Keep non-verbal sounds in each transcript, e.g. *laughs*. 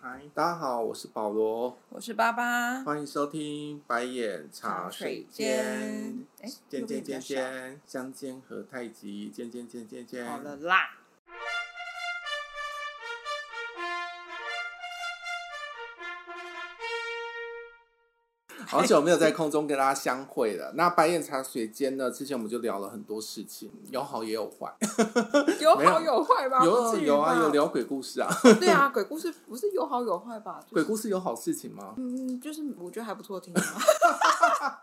台。大家好，我是保罗，我是爸爸。欢迎收听《白眼茶水间》。哎，尖尖尖右边比较少尖，相煎何太急，尖尖尖尖尖。好了啦，好久没有在空中跟大家相会了。那白眼茶水间呢？之前我们就聊了很多事情，有好也有坏， *laughs* 有没有好有坏吧？有不啊哦至于有啊，吧有。聊鬼故事啊。 *laughs* 对啊，鬼故事不是有好有坏吧？就是鬼故事有好事情吗？嗯，就是我觉得还不错听啊。 *laughs*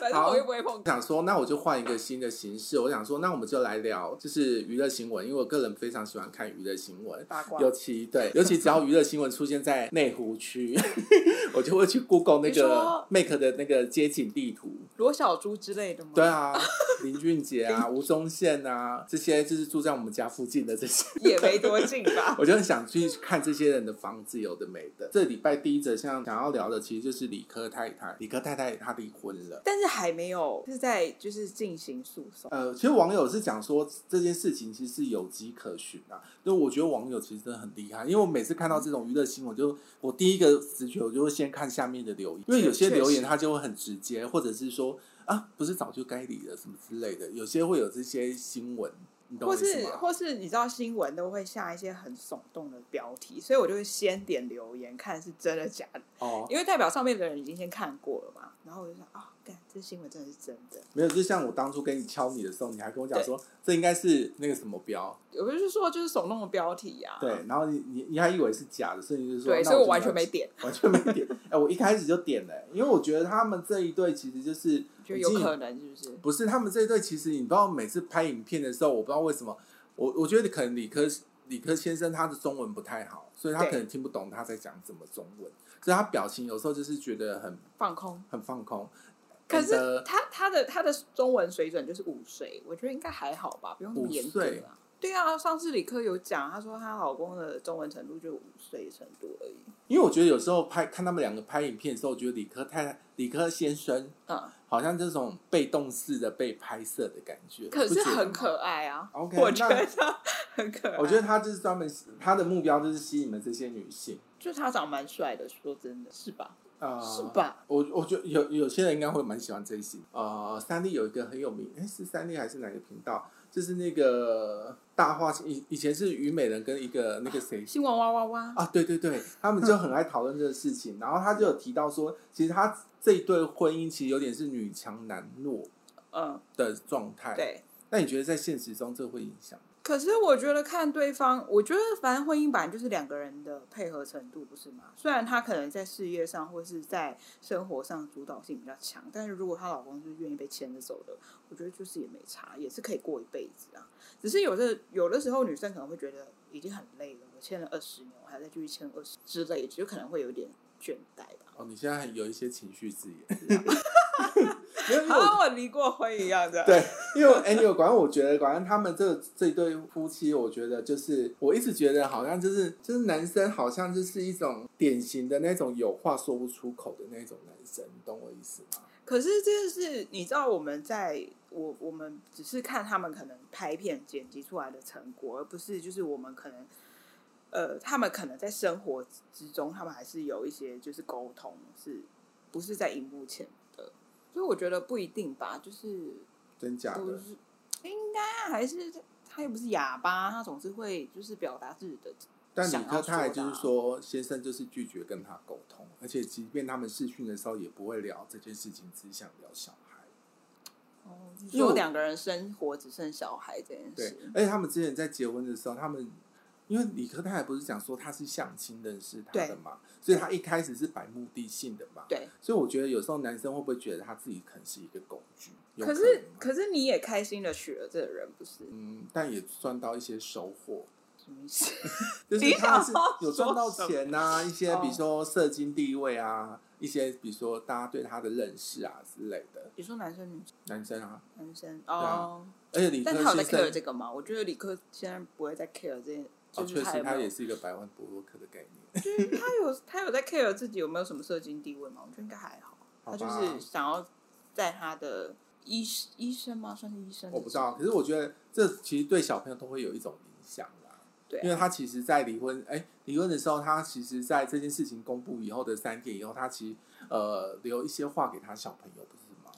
反正我又不会碰我。想说，那我就换一个新的形式。我想说，那我们就来聊就是娱乐新闻，因为我个人非常喜欢看娱乐新闻。八卦尤其对，尤其只要娱乐新闻出现在内湖区， *laughs* 我就会去 Google 那你个说 Make 的那个街景地图。罗小猪之类的吗？对， *laughs* 啊，林俊杰啊，吴宗宪啊，这些就是住在我们家附近的这些，。也没多近吧 *laughs* 我就很想去看这些人的房子，有的没的。这礼拜第一则像想要聊的，其实就是理科太太。理科太太她离婚了。但是还没有，是在就是进行诉讼。呃，其实网友是讲说这件事情其实是有迹可循啊，就我觉得网友其实真的很厉害，因为我每次看到这种娱乐新闻，就我第一个直觉我就会先看下面的留言，因为有些确实留言他就会很直接，或者是说啊，不是早就该离了什么之类的，有些会有这些新闻，你懂我或意思是吗？或是你知道新闻都会下一些很耸动的标题，所以我就会先点留言看是真的假的，哦，因为代表上面的人已经先看过了嘛。然后我就想啊，干、这新闻真的是真的。没有，就像我当初跟你敲你的时候，你还跟我讲说这应该是那个什么标，我就是说就是耸动的标题呀、对，然后你你你还以为是假的，所以你就说，啊对，那所以我就完要全没点，完全没点。哎、我一开始就点了、因为我觉得他们这一对其实就是就有已经可能是不是？不是他们这一对，其实你不知道每次拍影片的时候，我不知道为什么，我我觉得可能理科理科先生他的中文不太好，所以他对可能听不懂他在讲什么中文，所以他表情有时候就是觉得很放空。很放空。可是 And, uh, 他他的他的中文水准就是五岁，我觉得应该还好吧，不用那么严格五岁啊。对啊，上次理科有讲，她说她老公的中文程度就五岁程度而已。因为我觉得有时候拍看他们两个拍影片的时候，我觉得理科太理科先生嗯，好像这种被动式的被拍摄的感觉，可不是觉得很吗可爱啊 OK，我觉那得很可 *laughs* 爱。我觉得他就是专门他的目标就是吸引了这些女性，就他长蛮帅的，说真的是吧？呃，是？吧？我我觉得有有些人应该会蛮喜欢这一型。呃，三立有一个很有名，哎，是三立还是哪个频道？就是那个大话以以前是虞美人跟一个那个谁新闻哇哇哇，啊，对对对，他们就很爱讨论这个事情。然后他就有提到说，其实他这一对婚姻其实有点是女强男弱嗯，的状态。，对。那你觉得在现实中这会影响？可是我觉得看对方，我觉得反正婚姻版就是两个人的配合程度，不是吗？虽然他可能在事业上或是在生活上主导性比较强，但是如果她老公就是愿意被牵着走的，我觉得就是也没差，也是可以过一辈子啊。只是有的有的时候女生可能会觉得已经很累了，我牵了二十年，我还要再继续牵二十之类的，就可能会有点倦怠吧。哦，你现在有一些情绪字眼。 *laughs* 没有，因为 *laughs* 好我像我离过婚一样的。对，因为 anyway，反正我觉得，反正他们这这一对夫妻，我觉得就是我一直觉得好像就是就是男生好像就是一种典型的那种有话说不出口的那种男生，你懂我意思吗？可是这是你知道我们在我我们只是看他们可能拍片剪辑出来的成果，而不是就是我们可能呃，他们可能在生活之中，他们还是有一些就是沟通，是不是在荧幕前的？所以我觉得不一定吧，就是真假不的？是应该啊还是他又不是哑巴，他总是会就是表达自己的。但理想科要太太说就的啊是说，先生就是拒绝跟他沟通，而且即便他们视讯的时候也不会聊这件事情，只想聊小孩。哦，因为我说两个人生活只剩小孩这件对事，，而且他们之前在结婚的时候，他们因为理科太太不是讲说他是相亲认识他的嘛，所以他一开始是摆目的性的嘛。对，所以我觉得有时候男生会不会觉得他自己可能是一个工具？有可能是吗可是你也开心的娶了这个人，不是？嗯，但也赚到一些收获，什么 *laughs* 意思？就是你他想是要有赚到说什么钱啊，一些哦比如说社经地位啊，一些比如说大家对他的认识啊之类的，你说男生女生男生啊，男生啊哦，而且理科但他有在先 care 生这个吗？我觉得理科现在不会再 care 这件，哦，就是确他实有他没也有，是一个百万博洛克的概念。就是他有他有在 care 自己有没有什么社经地位吗？我觉得应该还好，好他吧就是想要在他的医医生吗？算是医生？我不知道，可是我觉得这其实对小朋友都会有一种影响啦。对啊因为她其实，在离婚，哎、离婚的时候，她其实，在这件事情公布以后的三天以后，她其实呃留一些话给她小朋友，不是吗？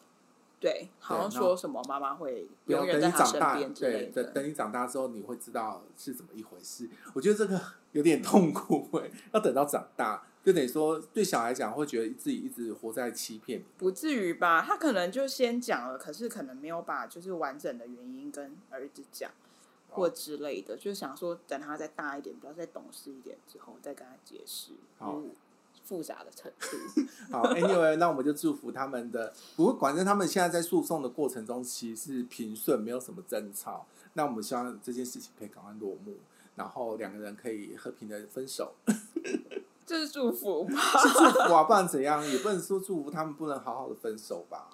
对，好像那说什么妈妈会不要永等远你在他长身大，边之对，类等的。等你长大之后，你会知道是怎么一回事。我觉得这个有点痛苦、 *laughs* 哎，要等到长大，就等于说对小孩讲，会觉得自己一直活在欺骗里。不至于吧？他可能就先讲了，可是可能没有把就是完整的原因跟儿子讲，哦或之类的，就想说等他再大一点，比较再懂事一点之后再跟他解释，好就是复杂的程度。 *laughs* 好，Anyway，那我们就祝福他们的。不过，反正他们现在在诉讼的过程中，其实是平顺，没有什么争吵。那我们希望这件事情可以赶快落幕，然后两个人可以和平的分手。 *laughs* 这是祝福吧？哇，不然怎样？也不能说祝福他们不能好好的分手吧。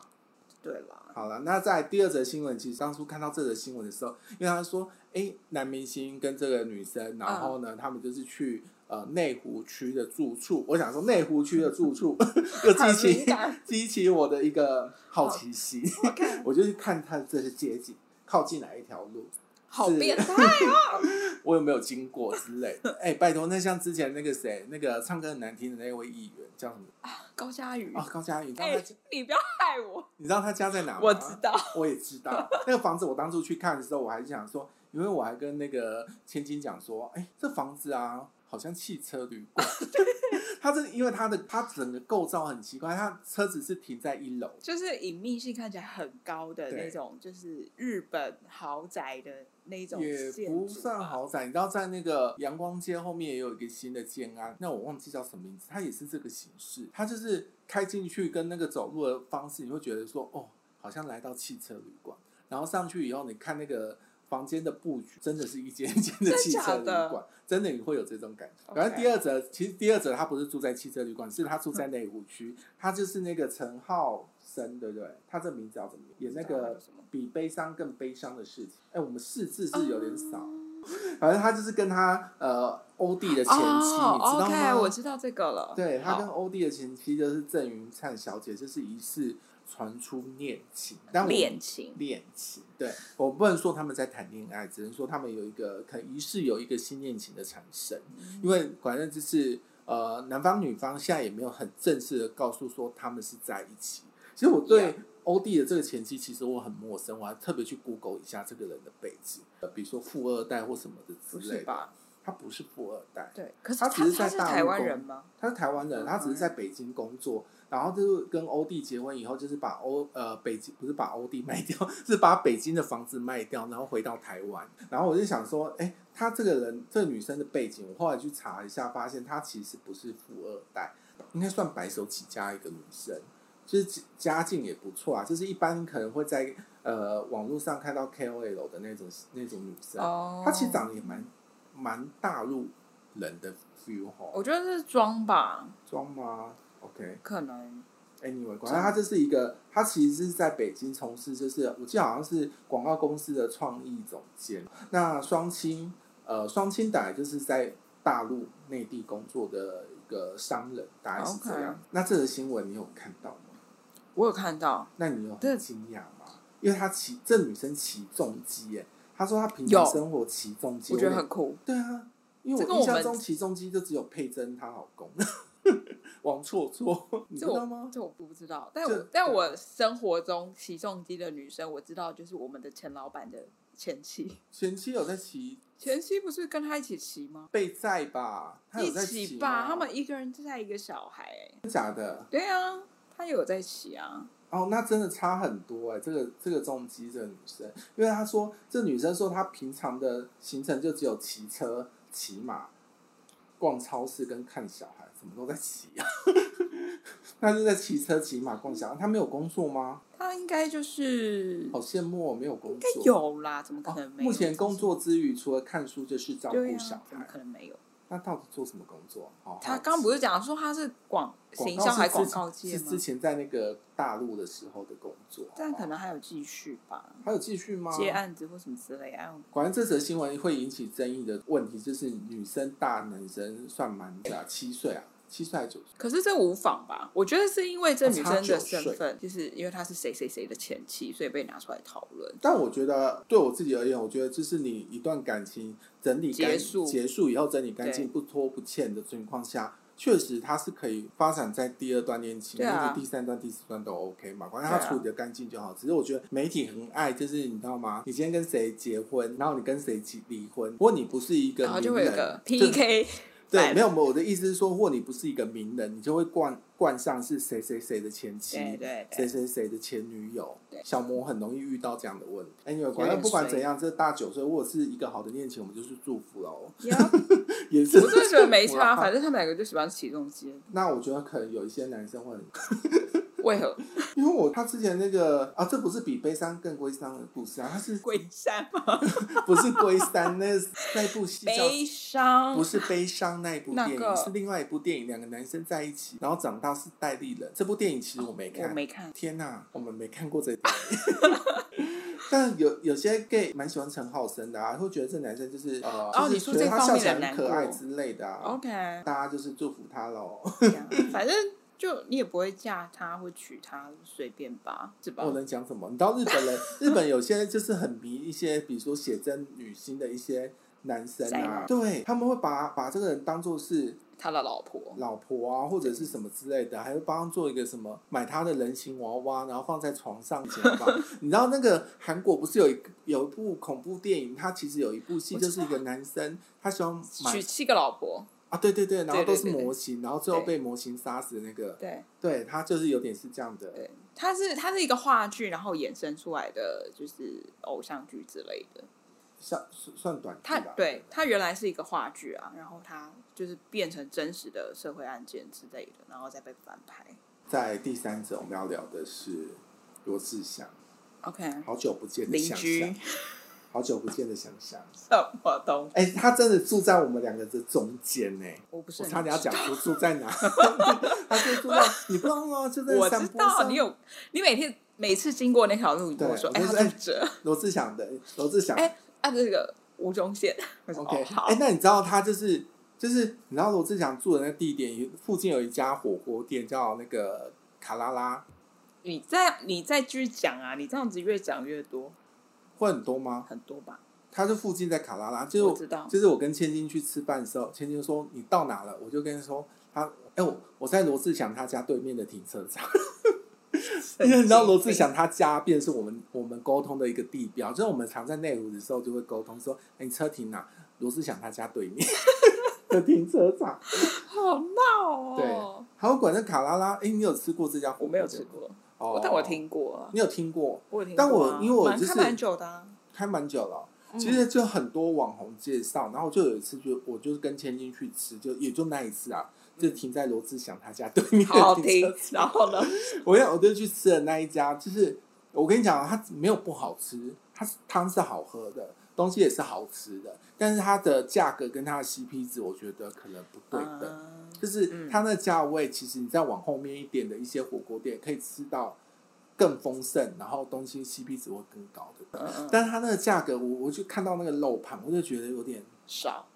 对啦，好了，那在第二则新闻，其实当初看到这则新闻的时候，因为他说，哎、男明星跟这个女生，然后呢，他们就是去呃内湖区的住处，我想说内湖区的住处 *laughs* 又激很起敏感激起我的一个好奇心， OK *laughs* 我就去看他这些街景靠近哪一条路，好是变 *laughs* 态哦！我有没有经过之类 *laughs* 的。哎、拜托，那像之前那个谁，那个唱歌很难听的那位议员叫 *laughs* 什么？高佳宇，哦，高佳宇，你知道哎、他家、你不要害我，你知道他家在哪吗？我知道。我也知 *laughs* 道那个房子，我当初去看的时候，我还想说，因为我还跟那个千金讲说，哎、这房子啊，好像汽车旅馆。 *laughs* 它这因为它的它整个构造很奇怪，它车子是停在一楼，就是隐秘性看起来很高的对那种，就是日本豪宅的那种也建不筑算吧豪宅。你知道，在那个阳光街后面也有一个新的建安，那我忘记叫什么名字，它也是这个形式。它就是开进去跟那个走路的方式，你会觉得说，哦，好像来到汽车旅馆。然后上去以后，你看那个房间的布局，真的是一间一间的真汽车假旅的馆，真的你会有这种感觉。 OK 反正第二则，其实第二则他不是住在汽车旅馆，是他住在内湖区，他就是那个陈浩生，对不对？他这名字叫怎么演？演那不知道个叫什么比悲伤更悲伤的事情。哎，我们四字哦是有点少，啊反正他就是跟他呃欧弟的前妻，你知哦道吗？ ，OK，我知道这个了。对他跟好欧弟的前妻就是郑云灿小姐，就是疑似传出恋情，但我们恋情，恋情，对我不能说他们在谈恋爱，只能说他们有一个可疑似有一个新恋情的产生，嗯因为反正就是呃，男方女方现在也没有很正式的告诉说他们是在一起。其实我对 Yeah 欧弟的这个前妻，其实我很陌生，我还特别去 Google 一下这个人的背景，呃比如说富二代或什么的不之类是的。吧？他不是富二代，对，可是他只是他在是大陆台湾工人吗？他是台湾人，嗯他只是在北京工作，然后就是跟欧弟结婚以后，就是把欧呃北京不是把欧弟卖掉， *laughs* 是把北京的房子卖掉，然后回到台湾。然后我就想说，哎、他这个人，这个女生的背景，我后来去查一下，发现她其实不是富二代，应该算白手起家一个女生，就是家境也不错啊，就是一般可能会在呃网络上看到 KOL 的那种那种女生，哦她啊其实长得也蛮蛮大陆人的 feel 吼。我觉得是装吧，装吗？OK，Anyway，、可能 Anyway，管他这是一个，他其实是在北京从事，就是我记得好像是广告公司的创意总监。那双亲，呃，双亲本来就是在大陆内地工作的一个商人，大概是这样。哦 OK 那这个新闻你有看到吗？我有看到那你有这很惊讶吗？因为她骑这女生骑重机，哎，她说她平有常生活骑重机，我觉得有很酷。对啊，因为这跟我印我象们中起重机就只有佩珍她老公 *laughs* 王错错，你知这我道吗？这我不知道，但这我但我生活中起重机的女生，我知道就是我们的前老板的前妻，前妻有在骑前妻不是跟他一起骑吗？备载吧？她有一在起吗吧，他们一个人带一个小孩、欸，真假的对啊，他有在骑啊，哦，那真的差很多哎、这个这个重机这个女生，因为她说这女生说她平常的行程就只有骑车、骑马、逛超市跟看小孩，什么都在骑啊。 *laughs* 她就在骑车、骑马、逛小孩，她没有工作吗？他应该就是好羡慕哦，没有工应该作。有啦，怎么可哦能没有？目前工作之余，除了看书就是照对顾啊，小怎么孩。可能没有？那到底做什么工作？哦好好奇他刚不是讲说他是广广行告销是还之广前告界是吗之？前在那个大陆的时候的嗯工作，好但不可好能还有继续吧，还有继续吗？接案子或什么之类啊。果然，这则新闻会引起争议的问题就是女生大男生算蛮大，七岁啊，七岁还是九岁？可是这无妨吧？我觉得是因为这女生啊的身她差九份，就是因为她是谁谁谁的前妻，所以被拿出来讨论。但我觉得对我自己而言，我觉得这是你一段感情整理干结束结束以后整理干净、对不拖不欠的情况下。确实，它是可以发展在第二段恋情，对甚啊至第三段、第四段都 OK 嘛，反正对它啊处理的干净就好。只是我觉得媒体很爱，就是你知道吗？你今天跟谁结婚，然后你跟谁起离婚，如果你不是一个然后就会有名人个就 *laughs* PK，对，版没有，我的意思是说，或你不是一个名人，你就会冠冠上是谁谁谁的前妻，对对谁对，谁谁的前女友对。小魔很容易遇到这样的问题。Anyway，有管点不管衰怎样，这大九岁或者是一个好的恋情，我们就是祝福喽，呀也是我真的觉得没祝福啦差，反正他们两个就喜欢起这种机， *laughs* 那我觉得可能有一些男生会很，为 *laughs* 何因为我他之前那个啊，这不是比悲伤更悲伤的故事啊，他是鬼山吗？不是龟山那那部戏叫悲伤不是悲伤那一部电影，嗯那个是另外一部电影，两个男生在一起，然后长大是戴立人。这部电影其实我没哦我看，没看，天哪、我们没看过这部。 *laughs* 但有有些 gay 蛮喜欢陈浩森的啊，会觉得这男生就是呃，哦就是你说觉得这他笑方面起来的很难可爱过哦之类的啊。 OK，大家就是祝福他喽。这样反正就你也不会嫁他或娶他，随便吧，是吧 *laughs* 我？能讲什么？你知道日本人，日本有些就是很迷一些，比如说写真女星的一些男生宅啊男，对他们会把把这个人当做是他的老婆，老婆啊，或者是什么之类的，还会帮他做一个什么买他的人形娃娃，然后放在床上以前吧。 *laughs* 你知道那个韩国不是有一个有一部恐怖电影，它其实有一部戏我知就道是一个男生，他喜欢娶买七个老婆，啊，对对对，然后都是对对对模型，然后最后对被模型杀死的那个，对对他就是有点是这样的。对，它是它是一个话剧，然后衍生出来的就是偶像剧之类的。算算短剧它吧，对它原来是一个话剧啊，然后它就是变成真实的社会案件之类的，然后再被翻拍。在第三者我们要聊的是罗志祥， OK， *laughs* 好久不见的邻想居想，好久不见的想想， *laughs* 什么东西？哎、他真的住在我们两个的中间呢、我不是我很差点要知道讲出住 *laughs* 在哪，他就住在你不知道吗？就在我山知坡道上。你有，你每天每次经过那条路，你跟我对说，我哎、就他是哎住这，罗志祥的罗志祥。哎、按这个吴宗 *laughs* 宪，我说 OK，哦好哎、，那你知道他就是就是你知道罗志祥住的那地点附近有一家火锅店叫那个卡拉拉，你再你再继续讲啊，你这样子越讲越多，会很多吗？很多吧？他是附近在卡拉拉，就是我知道就是我跟千金去吃饭的时候，千金就说你到哪了，我就跟他说他，哎、我我在罗志祥他家对面的停车场， *laughs* 因为你知道罗志祥他家便是我们我们沟通的一个地标，就是我们常在内湖的时候就会沟通说，哎、你车停哪？罗志祥他家对面 *laughs* 的停车场，好闹哦，还有管那卡拉拉，哎、你有吃过这家火锅我没有吃过，哦，但我，听过啊，你有听过，我有听过、啊，但我因为我就是蛮看蛮久的、啊，开蛮久了哦、嗯其实就很多网红介绍，然后就有一次就我就是跟千金去吃，就也就那一次啊，就停在罗志祥他家 *laughs* 对面。好嗯好听，然后呢，我要我就去吃了那一家，就是我跟你讲啊，它没有不好吃，它是汤是好喝的，东西也是好吃的，但是它的价格跟它的 CP 值，我觉得可能不 *laughs* 对等。嗯就是嗯它那价位，其实你再往后面一点的一些火锅店，可以吃到更丰盛，然后东西 CP 值会更高的。嗯嗯但它那个价格，我我就看到那个肉盘，我就觉得有点少，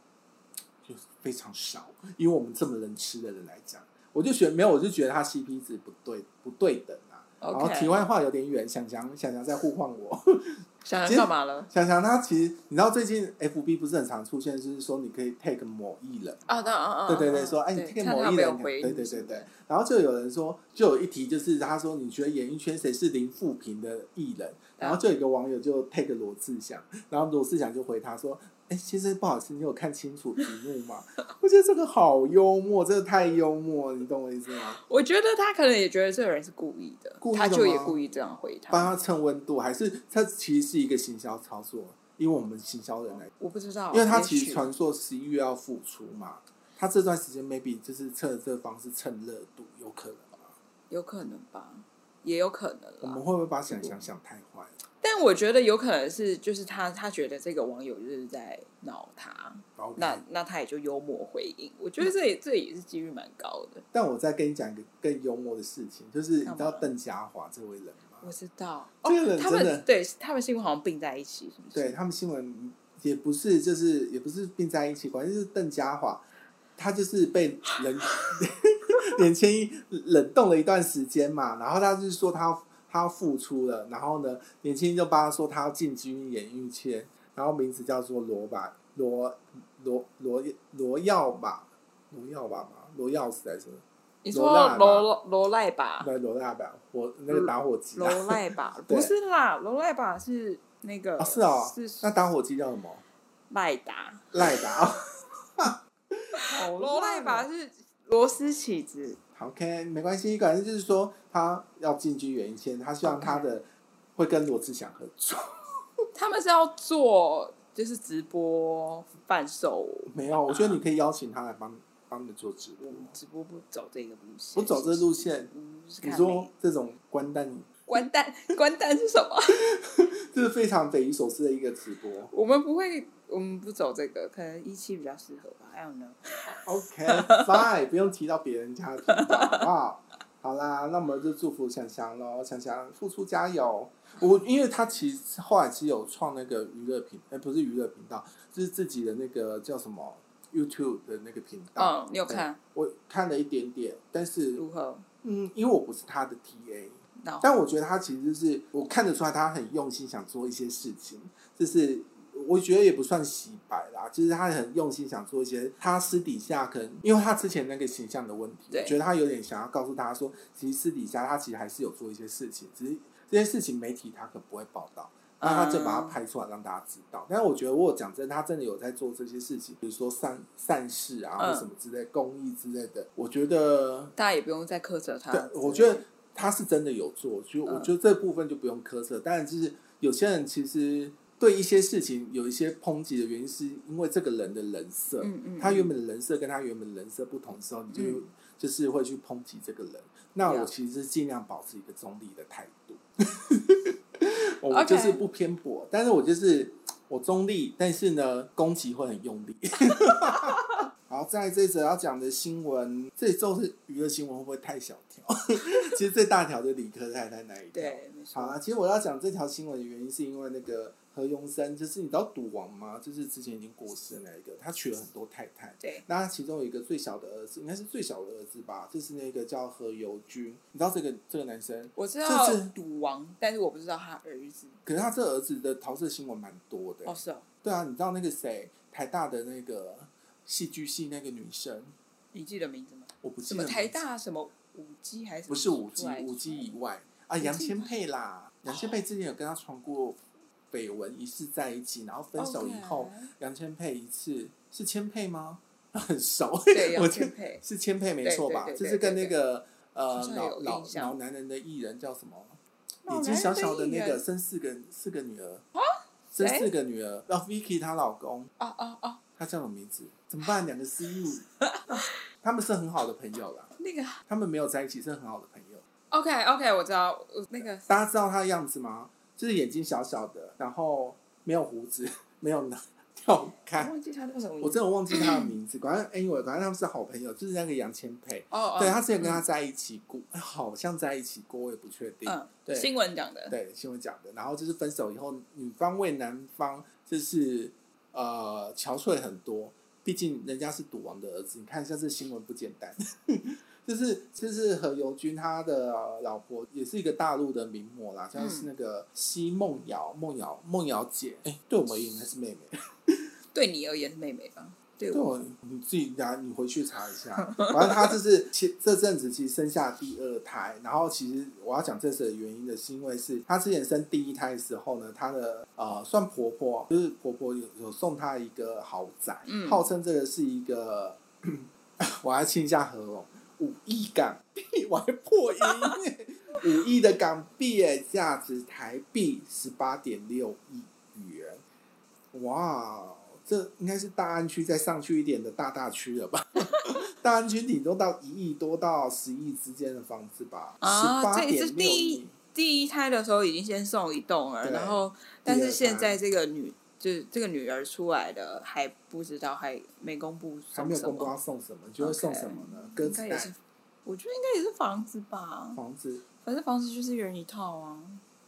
就是非常少，以我们这么能吃的人来讲，我就觉得没有，我就觉得它 CP 值不对不对等啊。然后 OK 题外话有点远，想想想想在互换我， *laughs* 想其想实干嘛了？想想他其实你知道最近 FB 不是很常出现，就是说你可以 tag 某艺人，啊，那啊啊，对对对，说哎，你对 tag 看某他艺没有人，回对应对是对不对是。然后就有人说，就有一题就是他说你觉得演艺圈谁是零负评的艺人？然后就有一个网友就 tag 罗志祥，然后罗志祥就回他说：“哎，先生，不好意思，你有看清楚题目吗？” *laughs* 我觉得这个好幽默，这个太幽默，你懂我意思吗？我觉得他可能也觉得这个人是故意的，故意的他就也吗故意这样回帮他。他蹭温度，还是他其实是一个行销操作？因为我们行销人来，我不知道，因为他哦也其许实传说十一月要复出嘛，他这段时间 maybe 就是趁这个方式蹭热度，有可能吧。有可能吧，也有可我能们啦。会不会把嗯想想想太坏？但我觉得有可能是，就是他他觉得这个网友就是在闹他，然后那那他也就幽默回应。我觉得这也这也是几率蛮高的。但我再跟你讲一个更幽默的事情，就是你知道干嘛邓家华这位人吗我？知道，这个人哦他真的们对他们新闻好像并在一起，是不是？对，他们新闻也不是，就是也不是并在一起，反正就是邓家华，他就是被人 *laughs* 连千一冷冻了一段时间嘛，然后他就说他要他要复出了，然后呢，连千一就帮他说他要进军演艺圈，然后名字叫做罗吧罗罗罗罗耀吧罗耀吧嘛罗耀子还是什么？你罗赖说吧罗罗赖吧，对，罗大吧，火那个打火机啊，罗 *laughs* 赖吧，对不是啦，罗赖吧是那个哦是哦那是打火机叫什么？赖达，赖达 *laughs* 哦。哦罗赖吧是螺丝起子，好，OK，没关系，反正就是说他要进军演艺圈，他希望他的会跟罗志祥合作。 *laughs* 他们是要做就是直播贩售，没有，我觉得你可以邀请他来帮帮你做直播我，们直播不走这个路线，不走这路线。嗯，就是你看说美这种官蛋，关蛋 *laughs* 关蛋是什么？ *laughs* 这是非常匪夷所思的一个直播。我们不会，我们不走这个，可能一期比较适合吧。I don't know。 OK，fine，、不 *laughs* 用提到别人家的频道，好不好？好啦，那我们就祝福香香喽，香香付出加油。我因为他其实后来其实有创那个娱乐频，哎、不是娱乐频道，就是自己的那个叫什么 YouTube 的那个频道。嗯，你有看我看了一点点，但是如何？嗯，因为我不是他的 TA，那但我觉得他其实就是我看得出来他很用心想做一些事情，就是我觉得也不算洗白啦，就是他很用心想做一些他私底下可能因为他之前那个形象的问题，对我觉得他有点想要告诉大家说，其实私底下他其实还是有做一些事情，只是这些事情媒体他可不会报道。那他就嗯把它拍出来让大家知道。但是我觉得，我有讲真的，他真的有在做这些事情，比如说善善事啊，嗯或什么之类、公益之类的。我觉得，大家也不用再苛责他对。，我觉得他是真的有做，就嗯我觉得这部分就不用苛责。当然，就是有些人其实对一些事情有一些抨击的原因，是因为这个人的人设，嗯嗯，他原本的人设跟他原本的人设不同的时候，你就、嗯就是会去抨击这个人。那我 Yeah 其实是尽量保持一个中立的态度， *laughs* 我就是不偏颇，但是我就是我中立，但是呢，攻击会很用力。 *laughs* 好，在这则要讲的新闻，这周是娱乐新闻，会不会太小条？ *laughs* 其实最大条的理科太太那一条。对，没好错。啊，其实我要讲这条新闻的原因，是因为那个何永生，就是你知道赌王吗？就是之前已经过世的那一个，他娶了很多太太。对，那他其中有一个最小的儿子，应该是最小的儿子吧，就是那个叫何猷君。你知道这个这个男生，我知就道是赌王，但是我不知道他儿子。可是他这儿子的桃色新闻蛮多的。哦，是哦，对啊，你知道那个谁，台大的那个戏剧系那个女生，你记得名字吗？我不什记得么名字台大什么五 G 还是不是五 G，出来五 G 以外啊，杨千佩啦，杨千佩之前有跟他传过绯闻，疑似在一起，然后分手以后，哦 OK 杨千佩一次是千佩吗？ *laughs* 很熟，*laughs* 对，我杨记得千佩，是千佩没错吧？对对对就是跟那个呃好像老有老印象老男人的艺人叫什么？老年纪男人的艺人啊小小的那个生四个四个女儿生四个女儿，然后 Vicky 她老公，哦哦哦，她叫什么名字？怎么办？两个失忆， *laughs* 他们是很好的朋友啦，那个他们没有在一起是很好的朋友。 OK OK，我知道，我那个大家知道他的样子吗？就是眼睛小小的，然后没有胡子，没有脑，要我看。忘记他叫什么名我字。真的忘记他的名字，反正 anyway，反正他们是好朋友，就是那个杨千佩。哦哦，对他之前跟他在一起过，哎好像在一起过，我也不确定。嗯，对新闻讲的，对，新闻讲的。然后就是分手以后，女方为男方就是呃憔悴很多，毕竟人家是赌王的儿子。你看一下这新闻不简单， *laughs* 就是就是何猷君他的老婆也是一个大陆的名模嗯啦，像是那个奚梦瑶，梦瑶梦瑶姐，哎，对我们而言应该是妹妹。对你而言是妹妹吧？对对我我，你自己拿，你回去查一下。反正他就是 *laughs* 其这阵子其实生下第二胎，然后其实我要讲这次的原因的是因为是她之前生第一胎的时候呢，她的呃算婆婆就是婆婆有有送她一个豪宅，嗯号称这个是一个， *coughs* 我要亲一下喉咙，五亿港币，我还破音。五亿的港币耶，价值台币十八点六亿元。哇，这应该是大安区再上去一点的大大区了吧？ *laughs* 大安区顶多到一亿多到十亿之间的房子吧，十啊，八这也是点六第亿一。第一胎的时候已经先送一栋了，对然后但是现第二在这个女就是这个女儿出来了，还不知道还没公布还送没有什公布啊么要，送什么，你觉得送什么呢？鸽应子该也蛋是，我觉得应该也是房子吧，房子，反正房子就是一人一套啊，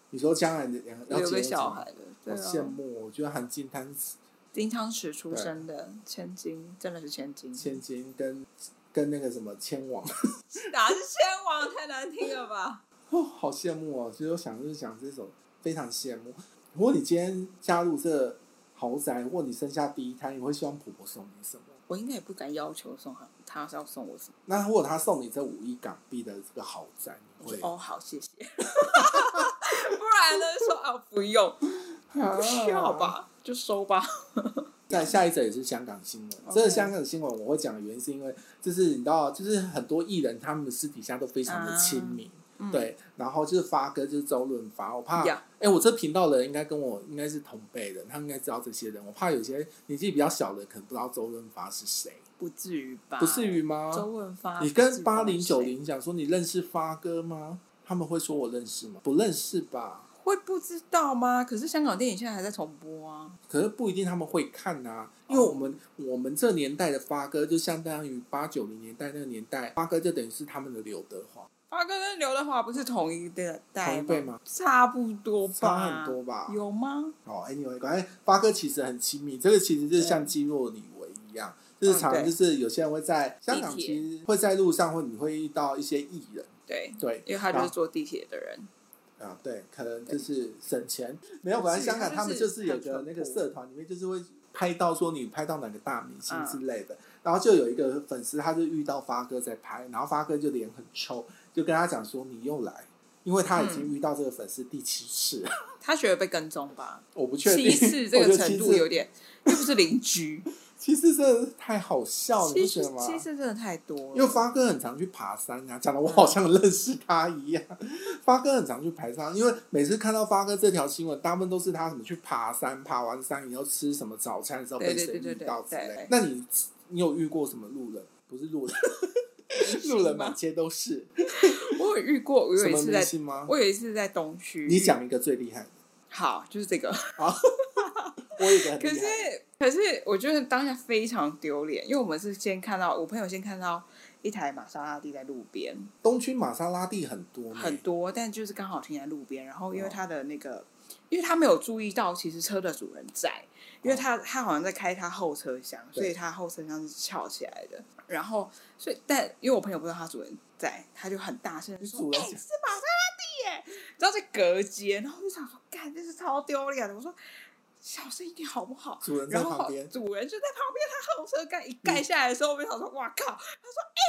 你说将来你要有结个婚小吗孩，的，好对羡啊，慕哦！我觉得含金汤匙丁昌池出生的千金真的是千金，千金跟跟那个什么千王，哪是千王太难听了吧？哦， *laughs* 好羡慕哦！其实我想就是想这种非常羡慕。如果你今天加入这豪宅，或你生下第一胎，你会希望婆婆送你什么？ *laughs* 我应该也不敢要求送他，他是要送我什么？那如果他送你这五亿港币的这个豪宅，你我会说哦，好，谢 *laughs* 谢。不然呢？说啊，不用，不哦 *laughs* 需要？啊吧，就收吧。再下一则也是香港新闻。 OK 这个香港新闻我会讲的原因是因为，就是你知道，就是很多艺人他们私底下都非常的亲民。嗯，对，然后就是发哥，就是周润发，我怕，哎、呀我这频道的人应该跟我应该是同辈人，他们应该知道这些人。我怕有些年纪比较小的可能不知道周润发是谁，不至于吧？不至于吗？周润发，你跟八不至于零吧九零讲说你认识发哥吗？他们会说我认识吗？不认识吧？会不知道吗？可是香港电影现在还在重播啊。可是不一定他们会看呐、因为我们、我们这年代的发哥就相当于八九零年代那个年代，发哥就等于是他们的刘德华，发哥跟刘德华不是同一代同一辈吗？差不多吧，差很多吧？有吗？哦，anyway，反正发哥其实很亲密，这个其实就是像基洛里维一样，就是常嗯就对是有些人会在香港，地铁其实会在路上或你会遇到一些艺人，对，对因为他就是啊坐地铁的人。啊，对，可能就是省钱，没有，反正香港他们就是有个那个社团里面就是会。拍到说你拍到哪个大明星嗯之类的，然后就有一个粉丝，他就遇到发哥在拍，然后发哥就脸很臭，就跟他讲说你又来，因为他已嗯经遇到这个粉丝第七次了， *laughs* 他觉得被跟踪吧？我不确七定，次这我觉得个程七度次有点，又不是邻 *laughs* 居，其实真的是太好笑哦了，你七不觉次得吗？七次真的太多因为了。发哥很常去爬山啊，讲的我好像认识他一样。 *laughs* 发哥很常去爬山，因为每次看到发哥这条新闻，大部分都是他什么去爬山，爬完山以后吃什么早餐的时候被对谁对对遇到之对对类对。那你你有遇过什么路人？不是 *laughs* 路人，星吗路人满街都是。我有遇过，我有什一么次明在，星吗？我有一次在东区。你讲一个最厉害的，好，就是这个。我有一个很可厉是害的。，可是我觉得当下非常丢脸，因为我们是先看到我朋友先看到一台玛莎拉蒂在路边，东区玛莎拉蒂很多呢，很多，但就是刚好停在路边。然后哦因为他的那个，因为他没有注意到，其实车的主人在，因为他他好像在开他后车厢，哦对所以他后车厢是翘起来的。然后，所以但因为我朋友不知道他主人在，他就很大声地说：“主哎、人是玛莎拉蒂耶！”然后在隔街，然后我就想说：“干，这是超丢脸的。”我说：“小声一点好不好？”主人在然后旁边，嗯主人就在旁边，他后车盖一盖下来的时候，我就想说，哇靠！他说，哎、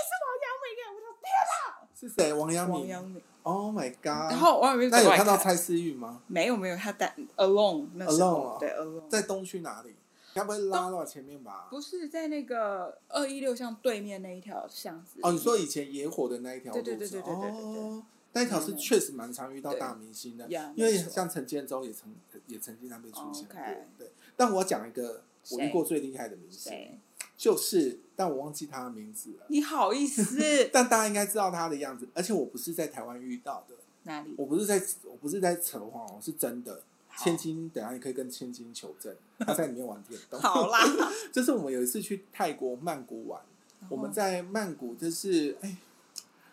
是是谁？王阳王阳明耶！我说，明。王阳明。 Oh my god！然后王阳明走那有过来看到蔡思玉吗？没有没有，他单 alone 那时 Alone 哦候对 alone 在东区哪里？该不会拉到前面吧？不是在那个二一六巷对面那一条巷子里面。哦，你说以前野火的那一条路对对是对对对对对对哦，那一条是确实蛮常遇到大明星的，呀因为没错哦像陈建州也曾也曾经那边出现过 OK。对，但我讲一个我谁遇过最厉害的明星，谁？就是但我忘记他的名字了，？你好意思 *laughs* 但大家应该知道他的样子，而且我不是在台湾遇到的，哪里？我不是在我不是在扯谎哦，我是真的。好千金，等一下你可以跟千金求 *laughs* 证，他在里面玩电动。好啦，就是我们有一次去泰国曼谷玩，我嗯们在曼谷就是哎，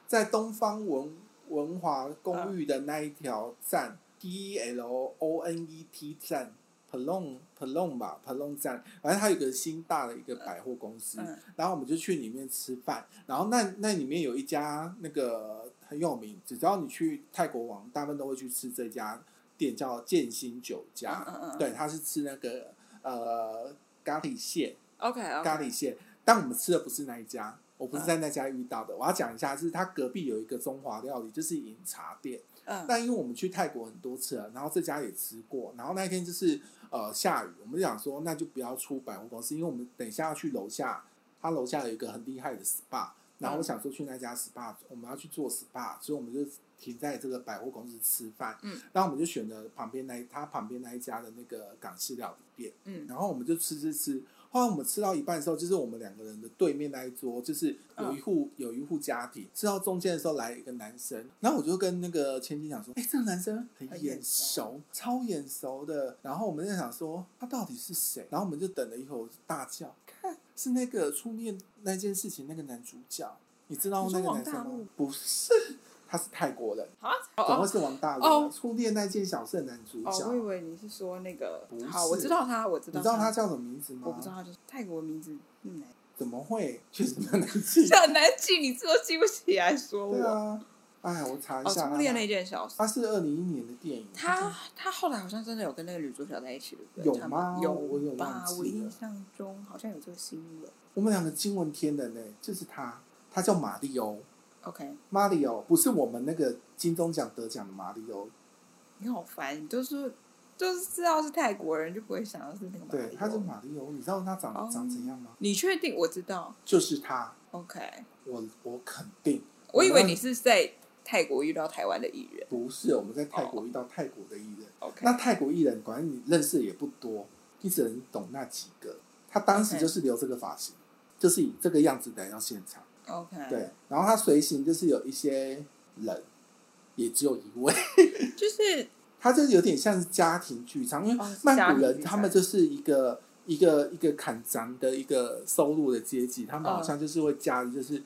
在东方文文华公寓的那一条站、P L O N E T 站。Plon Plon 吧，Plon 站，反正它有一个新大的一个百货公司，嗯然后我们就去里面吃饭，然后那那里面有一家那个很有名，只要你去泰国王，大部分都会去吃这家店，叫建新酒家，嗯嗯嗯对，它是吃那个呃咖喱蟹， OK 咖 OK，喱蟹，但我们吃的不是那一家，我不是在那家遇到的。嗯我要讲一下，是它隔壁有一个中华料理，就是饮茶店。嗯，但因为我们去泰国很多次了，然后这家也吃过，然后那一天就是呃下雨，我们就想说那就不要出百货公司，因为我们等一下要去楼下，它楼下有一个很厉害的 SPA，然嗯后我想说去那家 SPA，我们要去做 SPA，所以我们就停在这个百货公司吃饭，嗯，然后我们就选了旁边那一它旁边那一家的那个港式料理店，嗯然后我们就吃吃吃。后来我们吃到一半的时候，就是我们两个人的对面那一桌，就是有嗯一户、有一户家庭。吃到中间的时候，来一个男生，然后我就跟那个千金讲说：“哎、这个男生很很眼眼熟，超眼熟的。”然后我们就想说他到底是谁？然后我们就等了一会儿，我就大叫：“看，是那个初恋那件事情那个男主角，你知道你那说个王男生大吗陆？不是，他是泰国人，好，怎么会哦是王大陆啊？哦初恋那件小事的男主哦，角，我以为你是说那个不，好，我是知道他，我知你道知道他，叫什么名字吗？我不知道他就是泰国名字，嗯，怎么会？确实蛮难记。这很难记，你这都记不起来，说对我。啊，哎，我查一哦，下初啊，恋那件小事，它是二零一年的电影，他他后来好像真的有跟那个女主角在一起，对不对？嗯有他们吗有我有吧忘？记我印了象中好像有这个新闻。我们两个惊闻天人呢，就是他，他叫马里欧， OK，马里欧不是我们那个金钟奖得奖的马里欧，你好烦，你就是就是知道是泰国人，就不会想到是那个马对，里他是奥马里欧，你知道他长、哦长怎样吗？你确定？我知道。就是他， OK，我我肯定，我以为你们是在泰国遇到台湾的艺人。不是我们在泰国遇到泰国的艺人，哦 OK，那泰国艺人管你认识的也不多，你只能懂那几个。他当时 OK 就是留这个发型就是以这个样子来到现场。 OK，对，然后他随行就是有一些人，也只有一位， *laughs* 就是他就有点像是家庭剧场，因为哦是曼谷家人庭剧他们场就是一个一个一个砍章的一个收入的阶级，他们嗯好像就是会假日就是。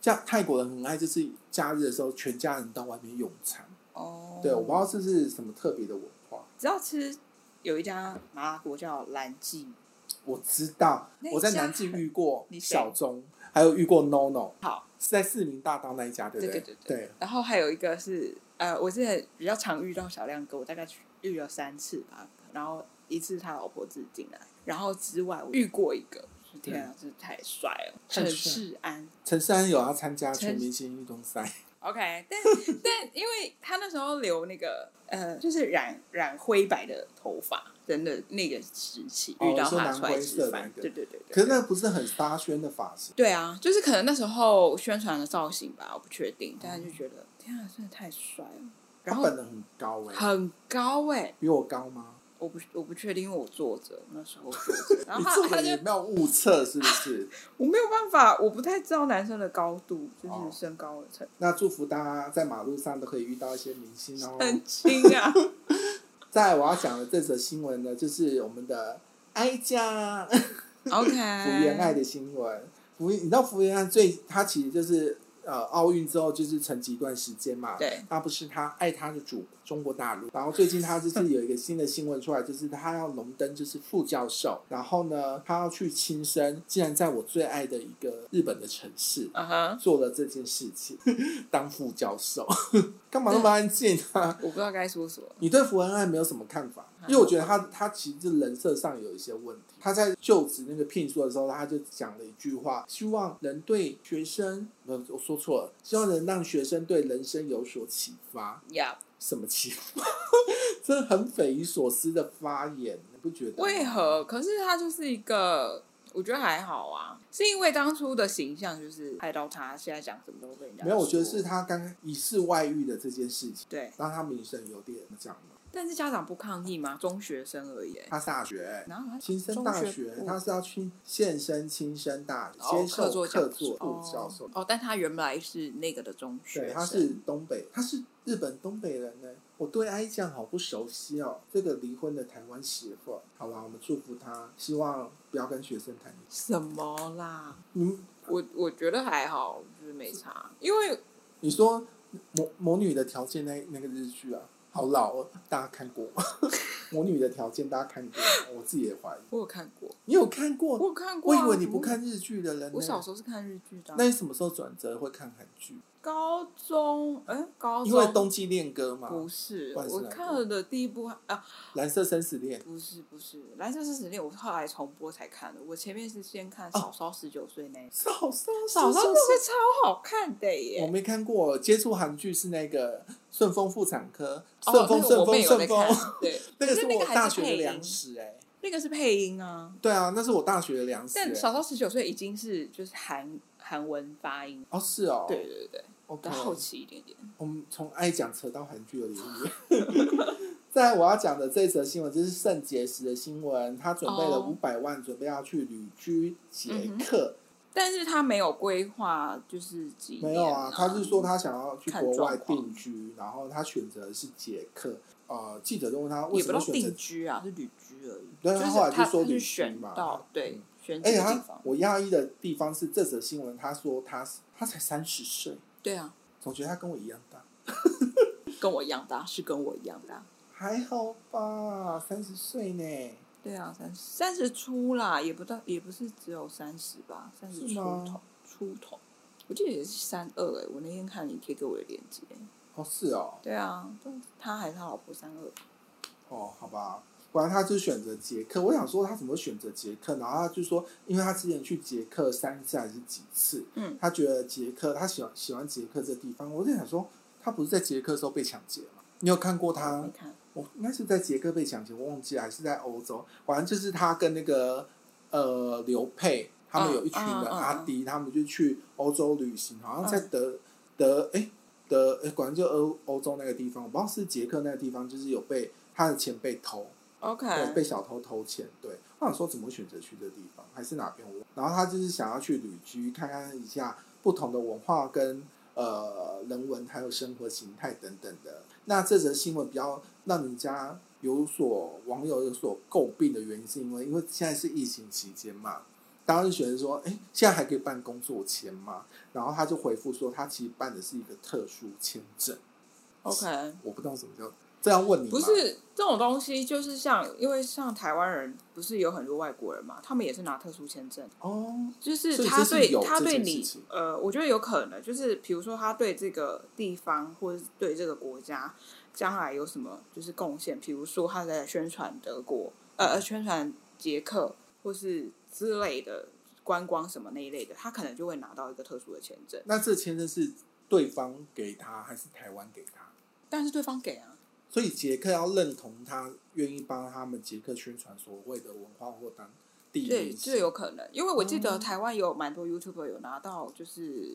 像泰国人很爱，就是假日的时候，全家人到外面用餐。哦，对，我不知道这是什么特别的文化。知道其实有一家麻辣锅叫蓝记，我知道那，一我在家南京遇过你谁小钟，还有遇过 NONO，好，是在市民大道那一家，对不对对对对然后还有一个是呃，我之前比较常遇到小亮哥，我大概去遇了三次吧，然后一次他老婆自己进来，然后之外我遇过一个，天啊，真是太帅了，太帅陈世安。陈世安有要参加陈全明星运动赛， OK，但 *laughs* 但因为他那时候留那个呃，就是染染灰白的头发的那那个时期，哦遇到说他蓝出来灰色吃的饭，那个对对对对。可是那不是很搭轩的发型，对啊，就是可能那时候宣传的造型吧，我不确定，但就觉得天啊，真的太帅了，他然后本人很高哎，很高哎、比我高吗？我不我不确定，因为我坐着那时候坐 *laughs* 着，然后你他这他个就也没有误测是不是？我没有办法，我不太知道男生的高度，就是哦身高的程度，那祝福大家在马路上都可以遇到一些明星哦。很轻啊。在我要讲的这则新闻呢，就是我们的哀家 *laughs* 嗯 OK， *laughs* 福原爱的新闻。福你知道福原爱最，她其实就是呃奥运之后就是沉寂一段时间嘛，对，那不是她爱她的主中国大陆。然后最近她就是有一个新的新闻出来，就是她要荣登就是副教授，然后呢，她要去亲身，竟然在我最爱的一个日本的城市。嗯哼，做了这件事情， *laughs* 当副教授， *laughs* 干嘛那么安静啊？我不知道该说什么。你对福恩爱没有什么看法？因为我觉得他他其实人设上有一些问题。他在就职那个聘书的时候，他就讲了一句话：希望能对学生，不，我说错了，希望能让学生对人生有所启发。呀、什么 *laughs* 启发？这很匪夷所思的发言，你不觉得吗？为何？可是他就是一个，我觉得还好啊，是因为当初的形象就是害到他现在讲什么都被人家没有？我觉得说是他刚疑似外遇的这件事情，对，让他名声有点怎么讲呢？但是家长不抗议吗？中学生而已欸，他大学、欸然后他亲生大中学部，他是要去现身亲生大学、哦接受客座客教座部教授。哦，但他原来是那个的中学对，生，他是东北，他是日本东北人呢。我对哀酱好不熟悉哦，这个离婚的台湾媳妇。好啦，我们祝福她，希望不要跟学生谈恋爱。什么啦？你我我觉得还好，就是没差，因为你说魔魔女的条件那那个日剧啊，好老哦，大家看过吗？ *laughs* 魔女的条件大家看过吗，我自己也怀疑。我有看过，你有看过？我有看过、我啊。以为你不怎么会，看日剧的人呢。我小时候是看日剧的啊、那你什么时候转折会看韩剧？高中，哎、高因为《中冬季恋歌》嘛，不《是，不然是我哪一看部了的第一部啊，蓝色生死恋》不是不是，《蓝色生死恋》我是后来重播才看的，我前面是先哦看《嫂嫂十九岁》那一部，是好伤，《嫂嫂是这好个超好看的我耶！没看过，接触韩剧是那个顺丰妇产科，哦顺丰那个顺我妹丰有顺在丰看，对， *laughs* 那个是可是那我个还大是学的配粮音食哎、那个是配音啊。对啊，那是我大学的粮食、但欸。小到十九岁已经是就是韩韩文发音，哦，是哦，对对对，比，OK 较。后期一点点。我们从爱讲扯到韩剧有点远。 *laughs* 在我要讲的这则新闻，就是肾结石的新闻，他准备了五哦嗯百万准备要去旅居捷克。但是他没有规划，就是几年、没有啊，他是说他他想要去看国外状况定居，然后他选择的是捷克。呃，记者就问他为也不什到么选择定，居啊，是旅居而已。对就是他后来就他说他旅居是选嘛嗯到对选而几且个地他方，我讶异的地方是这则新闻，他说他是他才三十岁，对啊，总觉得他跟我一样大，跟我一样大，是跟我一样大。还好吧，三十岁呢。对啊，三十三十出啦，也不到，也不是只有三十吧，三十是出吗头出头，我记得也是三二哎，我那天看你贴给我的链接，哦，是哦，对啊，都他还是他老婆三二，哦，好吧，果然他就选择捷克。我想说他怎么会选择捷克，然后他就说，因为他之前去捷克三次还是几次，嗯，他觉得捷克他喜欢喜欢捷克这地方。我就想说，他不是在捷克的时候被抢劫吗？你有看过他你？看，我应该是在捷克被抢劫，我忘记了还是在欧洲。反正就是他跟那个呃刘佩他们有一群嗯嗯人，嗯嗯阿迪他们就去欧洲旅行，好像在嗯德、德哎、德哎、果然就欧欧洲那个地方，我不知道是捷克那个地方，就是有被他的钱被偷，对，被 OK，小偷偷钱。对，我想说怎么会选择去这地方，还是哪边我忘？然后他就是想要去旅居，看看一下不同的文化跟呃人文，还有生活形态等等的。那这则新闻比较让人家有所网友有所诟病的原因，是因为因为现在是疫情期间嘛。当时觉得说，哎、现在还可以办工作签吗？然后他就回复说，他其实办的是一个特殊签证， OK，我不知道什么叫这样问你吗不是这种东西，就是像因为像台湾人不是有很多外国人嘛，他们也是拿特殊签证，哦，就是所以他这是对有他这对件事你情，呃，我觉得有可能，就是比如说他对这个地方或者是对这个国家将来有什么就是贡献，比如说他在宣传德国，嗯呃，宣传捷克或是之类的观光什么那一类的，他可能就会拿到一个特殊的签证，那这签证是对方给他还是台湾给他？但是对方给啊，所以捷克要认同他，愿意帮他们捷克宣传所谓的文化或当地对，历这史。有可能，因为我记得嗯台湾有蛮多 YouTuber 有拿到，就是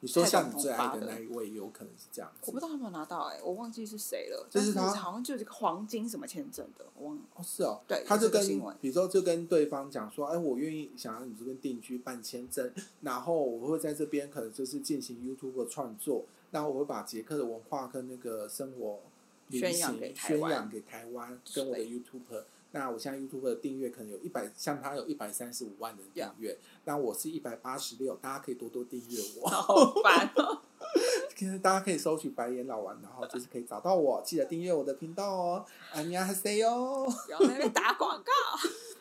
你说太像懂你最爱懂的吧那一位，有可能是这样子。我不知道他有没有拿到、哎，我忘记是谁了，就但是是他好像就是一个黄金什么签证的，我忘了。哦，是哦，对他就有这跟个新闻比如说就跟对方讲说，哎，我愿意想要你这边定居办签证，然后我会在这边可能就是进行 YouTube 的创作，那我会把捷克的文化跟那个生活旅行宣扬给台宣湾扬给台湾，跟我的 YouTube。那我现在 YouTube 的订阅可能有一百，像他有一百三十五万人订阅那我是一百八十六，大家可以多多订阅我。好烦哦、 *laughs* 其实大家可以搜取白眼老王，然后就是可以找到我，记得订阅我的频道哦。안녕하세요。不要在那边打广告。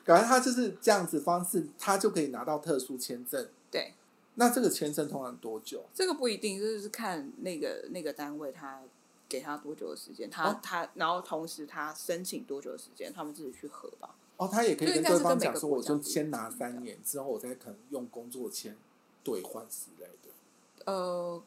反正他就是这样子方式，他就可以拿到特殊签证。对，那这个签证通常多久？这个不一定，这就是看那个那个单位他给他多久的时间，他、哦他然后同时他申请多久的时间，他们自己去核吧。哦，他也可以跟对但对是方跟每讲个说，国我家就不一先拿样三年，之后我再可能用工作签兑换之类的。呃，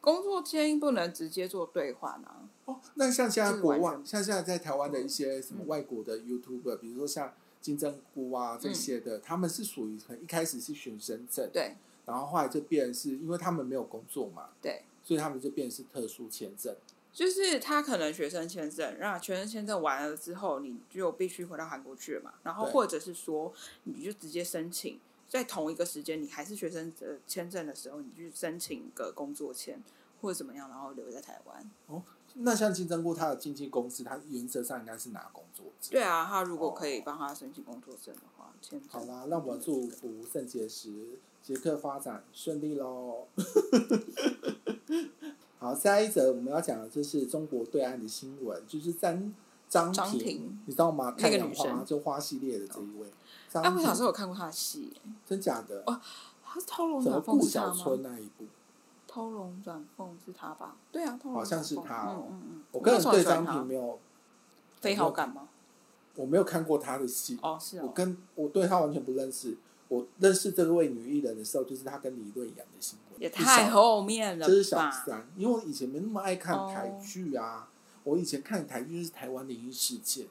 工作签不能直接做兑换啊，哦，那像现在就是国完外，全像现在在台湾的一些什么嗯外国的 YouTuber，、比如说像金针菇啊这些的，他们是属于可能一开始是学生证，对然后后来就变成是因为他们没有工作嘛，对。所以他们就变成是特殊签证。就是他可能学生签证，那学生签证完了之后，你就必须回到韩国去了嘛。然后对或者是说，你就直接申请，在同一个时间，你还是学生呃签证的时候，你去申请个工作签或者怎么样，然后留在台湾。那像金针菇，他的经纪公司，他原则上应该是拿工作签。对啊，他如果可哦以帮他申请工作证的话，签证。好啦，让我们祝福圣结石捷克发展顺利喽。 *laughs* 好，下一则我们要讲的就是中国对岸的新闻，就是张张张庭，庭你知道吗？那太个阳女花生就花系列的这一位，张哎，我庭小时候有看过他的戏耶，真假的？哦他是偷龙什么转凤顾是他小吗？春那一部？偷龙转凤是他吧？对啊，偷龙好像是转凤他哦嗯嗯嗯，我个人对张庭平没有非好感吗？我没有看过她的戏，哦，是我哦，跟我对她完全不认识。我认识这位女艺人的时候，就是她跟李瑞阳的新闻，也一小太后面了这是小吧？三，因为我以前没那么爱看哦台剧啊。我以前看台剧就是台湾灵异事件，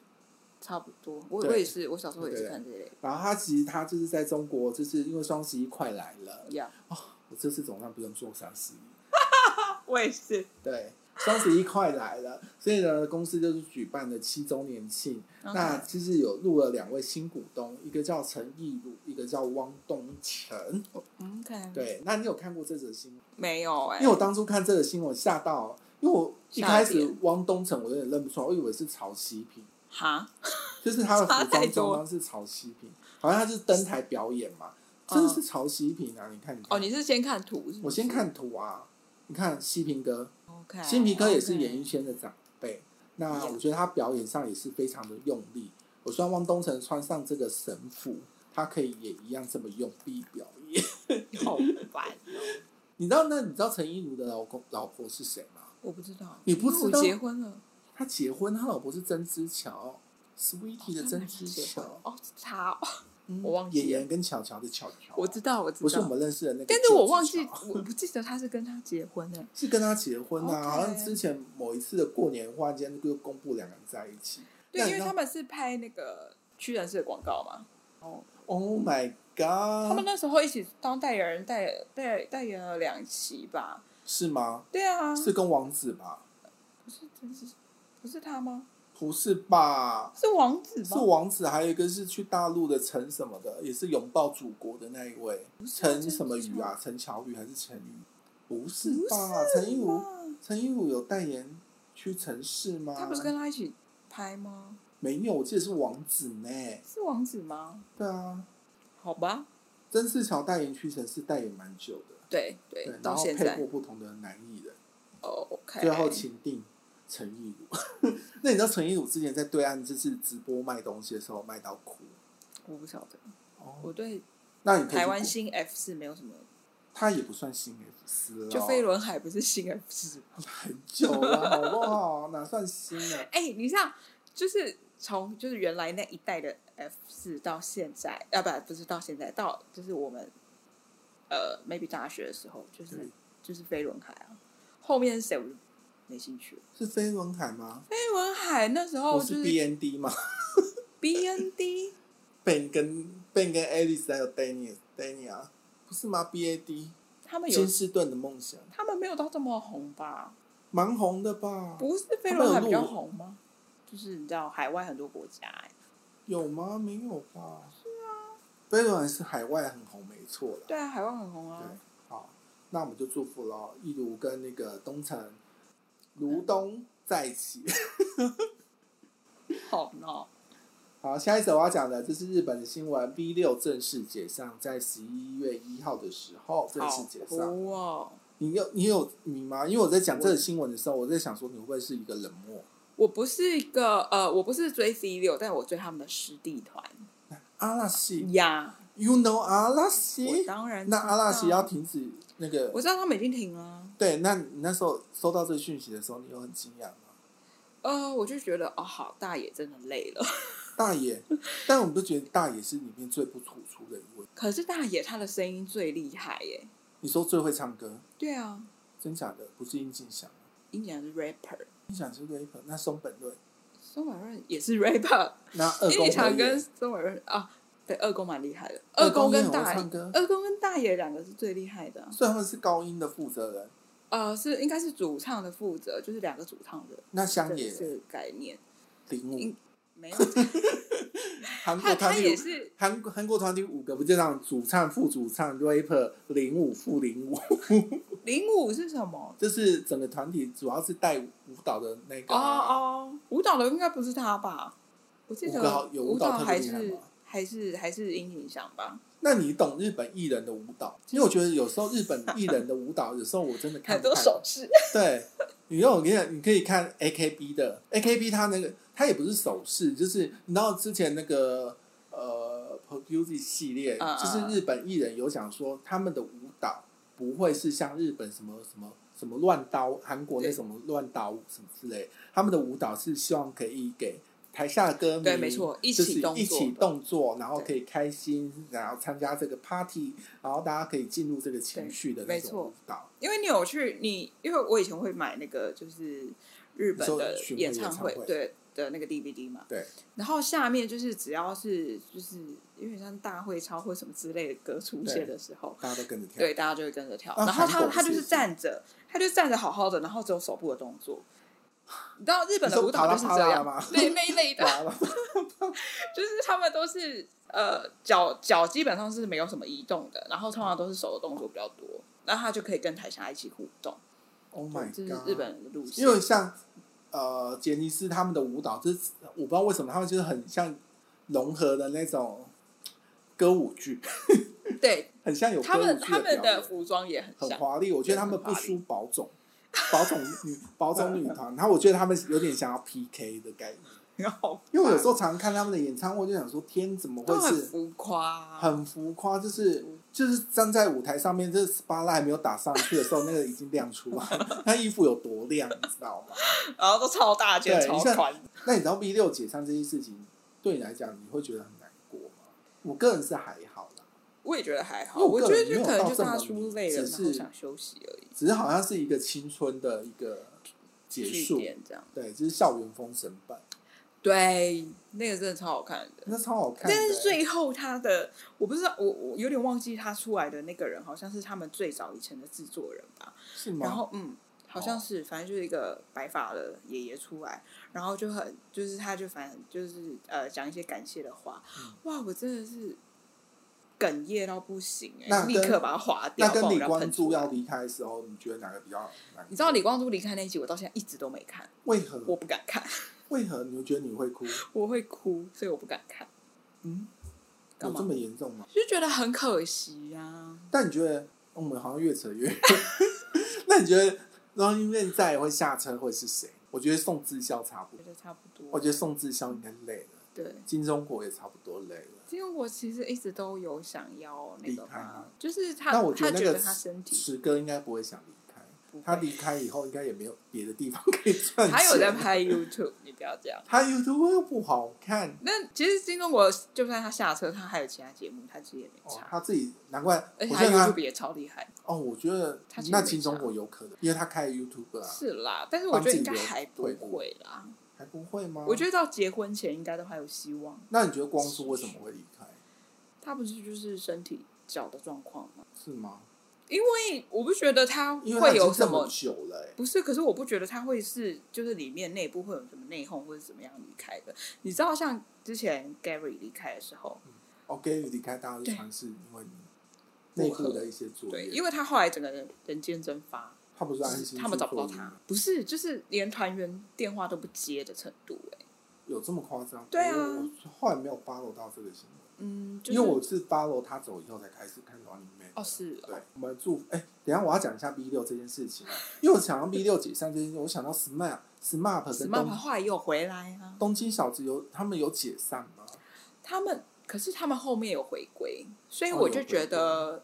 差不多，我对我也是，我小时候也对是对看这类然后他其实他就是在中国，就是因为双十一快来了，一样。我这次总算不用做双十一，我也是，对，双十一快来了，所以呢，公司就是举办了七周年庆。嗯那其实有入了两位新股东，一个叫陈义儒，一个叫汪东城。嗯，看对，那你有看过这则新闻？没有哎因为，我当初看这个新闻吓到，因为我一开吓一始跳汪东城我有点认不出来，我以为是曹希平。哈，就是他的服差装太多装扮是曹希平，好像他是登台表演嘛，真的是曹希平啊！你看，你看，嗯哦，你是先看图是不是？我先看图啊，你看希平哥， ，OK，希平哥也是哎 OK 演艺圈的长辈，那 Yeah 我觉得他表演上也是非常的用力，我希望汪东城穿上这个神服，他可以也一样这么用力表演。 *laughs* 好烦哦。你知道那你知道陈意如的老公老婆是谁吗？我不知道，你不知道因为我结婚了，他结婚，他老婆是曾之乔，Sweetie 的曾之乔，哦，他哦，嗯我忘记了演员跟巧巧的啊巧巧，我知道，我知不是我道，们认识的那个，啊但是我忘记，我不记得他是跟他结婚 *laughs* 的。是跟他结婚啊， OK 好像之前某一次的过年，忽然间就公布两个人在一起。那对，你因知为道他们是拍那个屈臣氏的广告嘛， Oh my 他们 god，那时候一起当代言人，代代代言了两期吧。是吗？对啊，是跟王子吧？不是真是不是他吗？不是吧？是王子吗？是王子，还有一个是去大陆的陈什么的，也是拥抱祖国的那一位，陈什么宇啊？陈乔宇还是陈宇？不是吧？陈真意的如，吗？陈意如有代言去城市吗？他不是跟他一起拍吗？没有，我记得是王子呢。是王子吗？对啊，好吧，曾仕乔代言屈臣氏代言蛮久的。对对对，，然到后现配在过不同的男艺人，哦，OK，最后情定陈意如。 *laughs* 那你知道陈意如之前在对岸就是直播卖东西的时候卖到哭我不晓得，哦，我对那你可以去台湾估新 F 四没有什么，他也不算新 F 四了，就飞轮海不是新 F 四。很久了，好不好？ *laughs* 哪算新啊？哎、你像就是从就是原来那一代的 F 四到现在，啊不不是到现在，到就是我们呃 maybe 大学的时候，就是对就是飞轮海啊，后面是谁我就没兴趣了。是飞轮海吗？飞轮海那时候不哦就是是 BND 吗 B N D， ？Ben 跟 Ben 跟 Alice 还有 Daniel Daniel 不是吗？BAD 他们有金士顿的梦想他们没有到这么红吧？蛮红的吧？不是飞轮海他比们有较入红吗？就是你知道海外很多国家、哎有吗？没有吧？是啊，飞轮海是海外很红，没错啦。对啊，海外很红啊。对，好，那我们就祝福喽，一如跟那个东城如东在一起。 *laughs* 好闹，好，下一则我要讲的就是日本的新闻，V 六正式解散，在十一月一号的时候正式好解散。糊哦！你有你有你吗？因为我在讲这个新闻的时候，我在想说你会不会是一个冷漠我不是一个呃，我不是追 C 六，但我追他们的师弟团阿拉西呀。 ，You know 阿拉我西？当然知那道阿拉西要，停止那个我知道他们已经停了。对？那你那时候收到这个讯息的时候，你有很惊讶吗？呃，我就觉得哦，好，大野真的累了。 *laughs* 大爷，但我们都觉得大爷是里面最不突出的一位。可是大野他的声音最厉害耶。你说最会唱歌，对啊，真假的？不是殷景祥，音讲是 rapper，殷景祥是 *laughs* rapper，那松本润，松本润也是啊 rapper，那二音宫讲和跟也，松本润啊，对，二宫蛮厉害的。二二宫宫也很跟会大唱野，歌，二宫跟大野两个是最厉害的啊。虽然他们是高音的负责人，呃，是应该是主唱的负责，就是两个主唱的那这香个野这个概念。零五应，*laughs* 没有，韩国他团他体也五是韩国韩国团体五个不就这样，主唱、副主唱、rapper 零五副零五，零五是什么？就是整个团体主要是带舞蹈的那个哦啊，哦，舞蹈的应该不是他吧？我记舞蹈得有舞舞蹈特别还厉害是吗还是还是殷景祥吧，那你懂日本艺人的舞蹈？因为我觉得有时候日本艺人的舞蹈，有时候我真的看很 *laughs* 不多太懂手势。对，你让我跟你讲，你可以看 A K B 的 A K B，它那个它也不是手势，就是你知道之前那个呃 p r o d u c e 系列，嗯嗯就是日本艺人有讲说他们的舞蹈不会是像日本什么什么什么乱刀，韩国那对什么乱刀舞什么之类，他们的舞蹈是希望可以给。台下的歌迷对没错一就是起动一作起的动作，然后对可以开心，然后参加这个 party，然后大家可以进入这个情对绪的那没种错舞蹈。因为你有去你，因为我以前会买那个就是日本你的说巡回演演唱唱会会，对的那个 DVD 嘛，对。然后下面就是只要是就是有点像大会操或什么之类的歌出现的时候，大家都跟着跳。对，大家就会跟着跳。那然后啊韩他国他不就是是也是站着，他就站着好好的，然后只有手部的动作。你知道日本你的说舞蹈就是啪啦这啪啦吗样，对那一类的， *laughs* 完了就是他们都是呃脚脚基本上是没有什么移动的，然后通常都是手的动作比较多，然后他就可以跟台下一起互动。 Oh my 这是 god！日，本的路线因，为像呃杰尼斯他们的舞蹈，就是我不知道为什么他们就是很像融合的那种歌舞剧， *laughs* 对很像有歌他舞们剧他们表演的服装也很很像，华丽，我觉得对他们很华不丽输宝总，宝总女宝总女团，然后我觉得他们有点想要 PK 的概念， *laughs* 好因为我有时候常看他们的演唱会，就想说天怎么都会很是浮夸啊、很浮夸，就是就是站在舞台上面，这 s p a l i g h t 还没有打上去的时候，那个已经亮出来了， *laughs* 那衣服有多亮，你知道吗？然后都超大件、对超你像宽，那你知道 B 六解散这件事情对你来讲，你会觉得很难过吗？我个人是还好啦，我也觉得还好。因为我我个觉人得就可能就没是有到这他么输累了，只是然后想休息而已。只是好像是一个青春的一个结据束，点这样，对，就是校园封神版，对，那个真的超好看的。那超好看的欸、但是最后他的，我不知道，我我有点忘记他出来的那个人，好像是他们最早以前的制作人吧。是吗？然后嗯，好像哦是，反正就是一个白发的爷爷出来，然后就很就是他就反正就是呃讲一些感谢的话，嗯哇，我真的是哽咽到不行哎、那立跟刻把它划掉，那跟不李然我要光喷洙出来要离开的时候，你觉得哪个比较难？你知道李光洙离开那一集，我到现在一直都没看，为何我不敢看，为何你会觉得你会哭？我会哭，所以我不敢看，嗯，干有嘛这么严重吗？就觉得很可惜啊。但你觉得哦我们好像越扯 *laughs* 越远？那你觉得 Running Man 再会下车会是谁？我觉得宋智孝差不觉多，得差不多，我觉得宋智孝应该累了，对。金钟国也差不多累了。因为我其实一直都有想要那个离开嘛吗，就是他，那我他那觉个得他身体池哥应该不会想离开不，会他离开以后应该也没有别的地方可以赚钱。他有在，拍 YouTube，你不要这样。他 YouTube 又不好看，那其实金钟国就算他下车，他还有其他节目，他其实也没哦差，他自己难怪，而我觉且他得哦他 YouTube 也超厉害。哦，我觉得他其实那没金钟差国有可能，因为他开 YouTube 啊，是啦，但是我觉得应该还不帮自己留会啦。还不会吗？我觉得到结婚前应该都还有希望。那你觉得光洙为什么会离开？他不是就是身体脚的状况吗？是吗？因为我不觉得他因为他会已经有这什么么。久了、欸，不是，可是我不觉得他会是，就是里面内部会有什么内讧或者怎么样离开的。你知道，像之前 Gary 离开的时候，哦，Gary 离开大家的传是因为你内部的一些作对，业，因为他后来整个人人间蒸发，他不是安心他们去找不到做他业，不是，就是连团员电话都不接的程度、哎，有这么夸张？对啊我我后来没有 follow 到这个新闻，嗯，就是、因为我是 follow 他走以后才开始看 Running Man。哦是哦对，我们祝福哎、等一下我要讲一下 B 六这件事 *laughs* 情啊，因为我想到 B 六解散这件事，我想到 SMAP、SMAP 跟 SMAP 东后来又回来啊，东京小子有他们有解散 *laughs* 吗？他们可是他们后面有回归，所以哦我有就回觉得。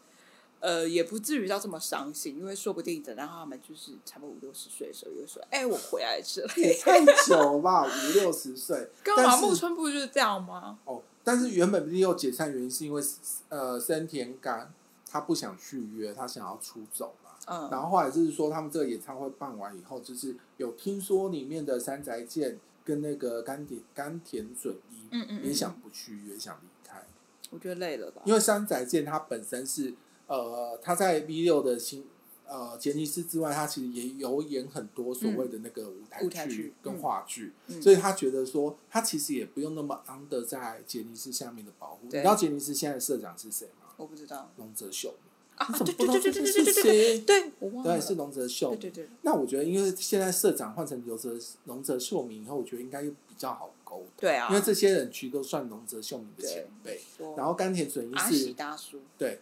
呃，也不至于到这么伤心，因为说不定等到他们就是差不多五六十岁的时候，又说：“哎、我回来之类也太久了吧，五六十岁。干但嘛？是木村不就是这样吗？哦，但是原本 B 六解散原因是因为呃森田刚他不想续约，他想要出走嘛。嗯，然后后来就是说，他们这个演唱会办完以后，就是有听说里面的山宅健跟那个甘田甘田准一，嗯嗯嗯也想不续约，想离开。我觉得累了吧。因为山宅健他本身是呃，他在 V 六的新呃杰尼斯之外，他其实也有演很多所谓的那个舞台舞台剧跟嗯话剧，嗯所以他觉得说他其实也不用那么 under 在杰尼斯下面的保护。你对知道杰尼斯现在的社长是谁吗？我不知道龙泽秀明。啊，你对怎么对不对知道这对对件对事对对，情？对我忘了，对，是龙泽秀对明。对对，那我觉得，因为现在社长换成刘泽龙泽秀明以后，我觉得应该又比较好沟通，对啊，因为这些人其实都算龙泽秀明的对前辈。说然后甘田准一阿是喜大叔，对，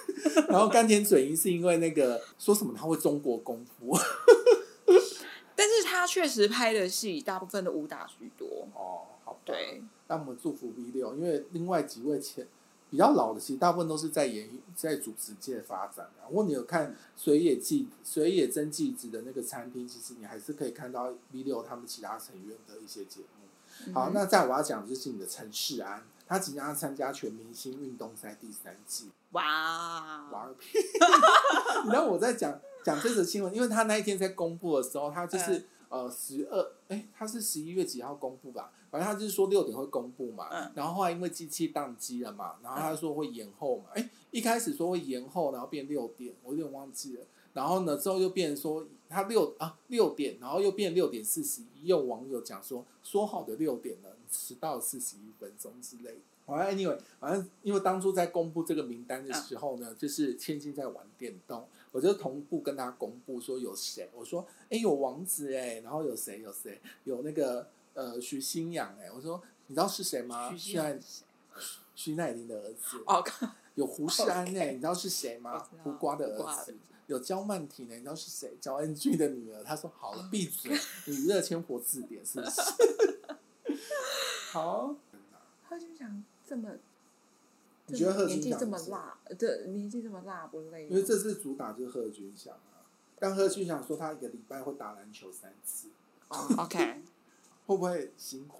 *laughs* 然后甘田准一是因为那个说什么他会中国功夫但是他确实拍的戏大部分的武打居多。哦，好吧，对，那我们祝福 V 六，因为另外几位前比较老的，其实大部分都是在演艺在主持界发展啊。如果你有看水野纪水野真纪子的那个餐厅，其实你还是可以看到 V 六他们其他成员的一些节目。嗯好，那再我要讲的就是你的陈世安，他即将要参加全明星运动赛第三季。玩哇，儿屁！ *laughs* 你知道我在讲讲这则新闻，因为他那一天在公布的时候，他就是、呃十二，哎，他是十一月几号公布吧？反正他就是说六点会公布嘛。嗯然后后来因为机器宕机了嘛，然后他说会延后嘛。哎、一开始说会延后，然后变六点，我有点忘记了。然后呢，之后又变成说他六啊六点，然后又变六点四十一，又有网友讲说说好的六点呢，你迟到四十一分钟之类的。反正 anyway，反正因为当初在公布这个名单的时候呢，嗯就是千金在玩电动，我就同步跟他公布说有谁，我说哎、有王子哎、然后有谁有谁有那个呃徐新阳哎、我说你知道是谁吗？徐徐乃静徐乃麟的儿子，哦， *laughs* 有胡世安哎、你知道是谁我吗知？道胡瓜的胡瓜儿的子儿子。有焦曼婷呢，哎你知道是谁？ *laughs* *laughs* 焦恩俊的女儿。他说：“好了，闭嘴，你娱乐圈活字典是不是？”好，贺军翔这么，你觉得贺年军纪翔这么是辣，呃这年纪这么辣不累吗？因为这次主打就是贺军翔啊。但贺军翔说他一个礼拜会打篮球三次，哦， OK， *laughs* 会不会辛苦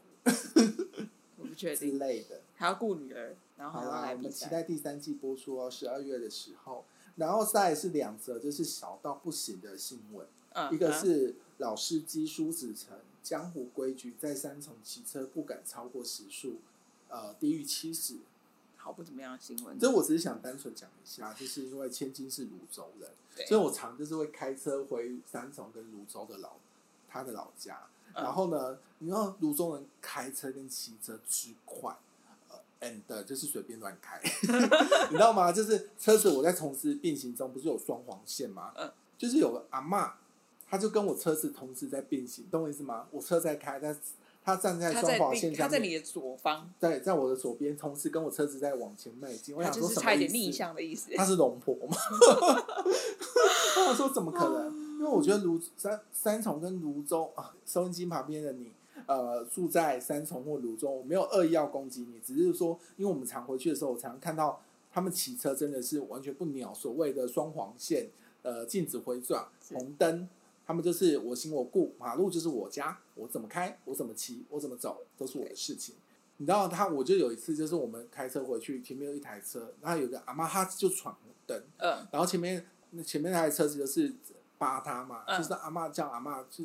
我不确之定，类的？还要顾女儿，然好后还要啦，来我比们期赛。待第三季播出哦，十二月的时候。然后再来是两则就是小到不行的新闻，嗯，一个啊是老司机苏子成江湖规矩，在三重骑车不敢超过时速，呃，低于七十。好不怎么样的新闻，这我只是想单纯讲一下，就是因为千金是泸州人，对所以我常就是会开车回三重跟泸州的老他的老家。嗯然后呢，你知道泸州人开车跟骑车之快，呃，and 就是随便乱开， *laughs* 你知道吗？就是车子我在同时并行中不是有双黄线吗？嗯就是有个阿嬷，她就跟我车子同时在并行，懂我意思吗？我车在开，但是她站在他双在黄另线他上在面。你的左方，在在我的左边，同时跟我车子在往前迈进。我他想就说是什差么一意点逆思？ *laughs* 啊向的意思。他是龙婆吗？ *laughs* 我想说怎么可啊能？因为我觉得泸三三重跟泸州啊，收音机旁边的你，呃，住在三重或泸州，我没有恶意要攻击你，只是说，因为我们常回去的时候，我常看到他们骑车真的是完全不鸟所谓的双黄线，呃，禁止回转是红灯。他们就是我行我故，马路就是我家，我怎么开，我怎么骑，我怎么走，都是我的事情。你知道他，我就有一次，就是我们开车回去，前面有一台车，然后有个阿妈，她就闯红灯，嗯，然后前面那前面那台车子就是扒他嘛，嗯就是阿嬷叫阿嬷，就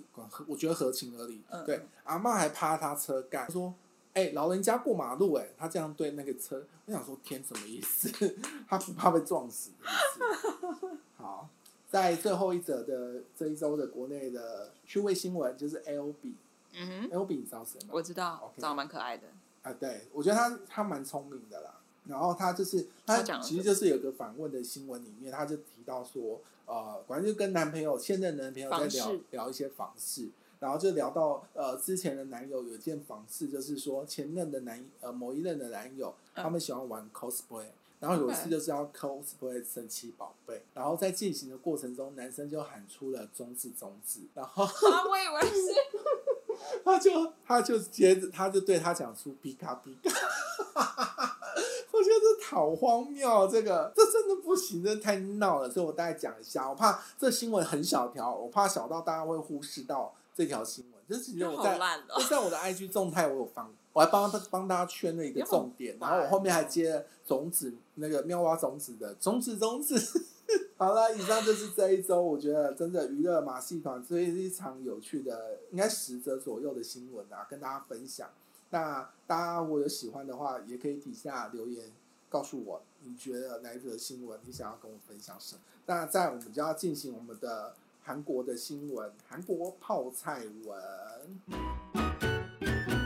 我觉得合情合理。嗯对嗯，阿嬷还趴他车盖，说：“哎、老人家过马路、哎，他这样对那个车，我想说天什么意思？ *laughs* 他不怕被撞死的意思？好，在最后一则的这一周的国内的趣味新闻就是 L B，L 嗯哼， B 你知道谁吗？我知道， OK 长得蛮可爱的。 *laughs* 啊，对，我觉得他他蛮聪明的啦。然后他就是他他讲了其实就是有个访问的新闻里面，他就提到说，呃，反正就跟男朋友现任男朋友在房事聊聊一些房事，然后就聊到呃之前的男友有一件房事，就是说前任的男呃某一任的男友，嗯他们喜欢玩 cosplay。然后有一次 OK 就是要 cosplay 神奇宝贝，然后在进行的过程中，男生就喊出了中指中指，然后啊，我以为是，他就他就接着他就对他讲出皮卡皮卡， *laughs* 我觉得这好荒谬哦，这个这真的不行，这太闹了，所以我大概讲一下，我怕这新闻很小条，我怕小到大家会忽视到这条新闻，这其实我好在烂哦就。在我的 IG 动态我有放，我还帮他帮大家圈了一个重点，然后我后面还接了种子那个妙蛙种子的种子种子。 *laughs* 好了，以上就是这一周，我觉得真的娱乐马戏团这是一场有趣的，应该十则左右的新闻啊，跟大家分享。那大家如果有喜欢的话，也可以底下留言告诉我，你觉得哪一则新闻你想要跟我分享什么？那在我们就要进行我们的韩国的新闻，韩国泡菜文。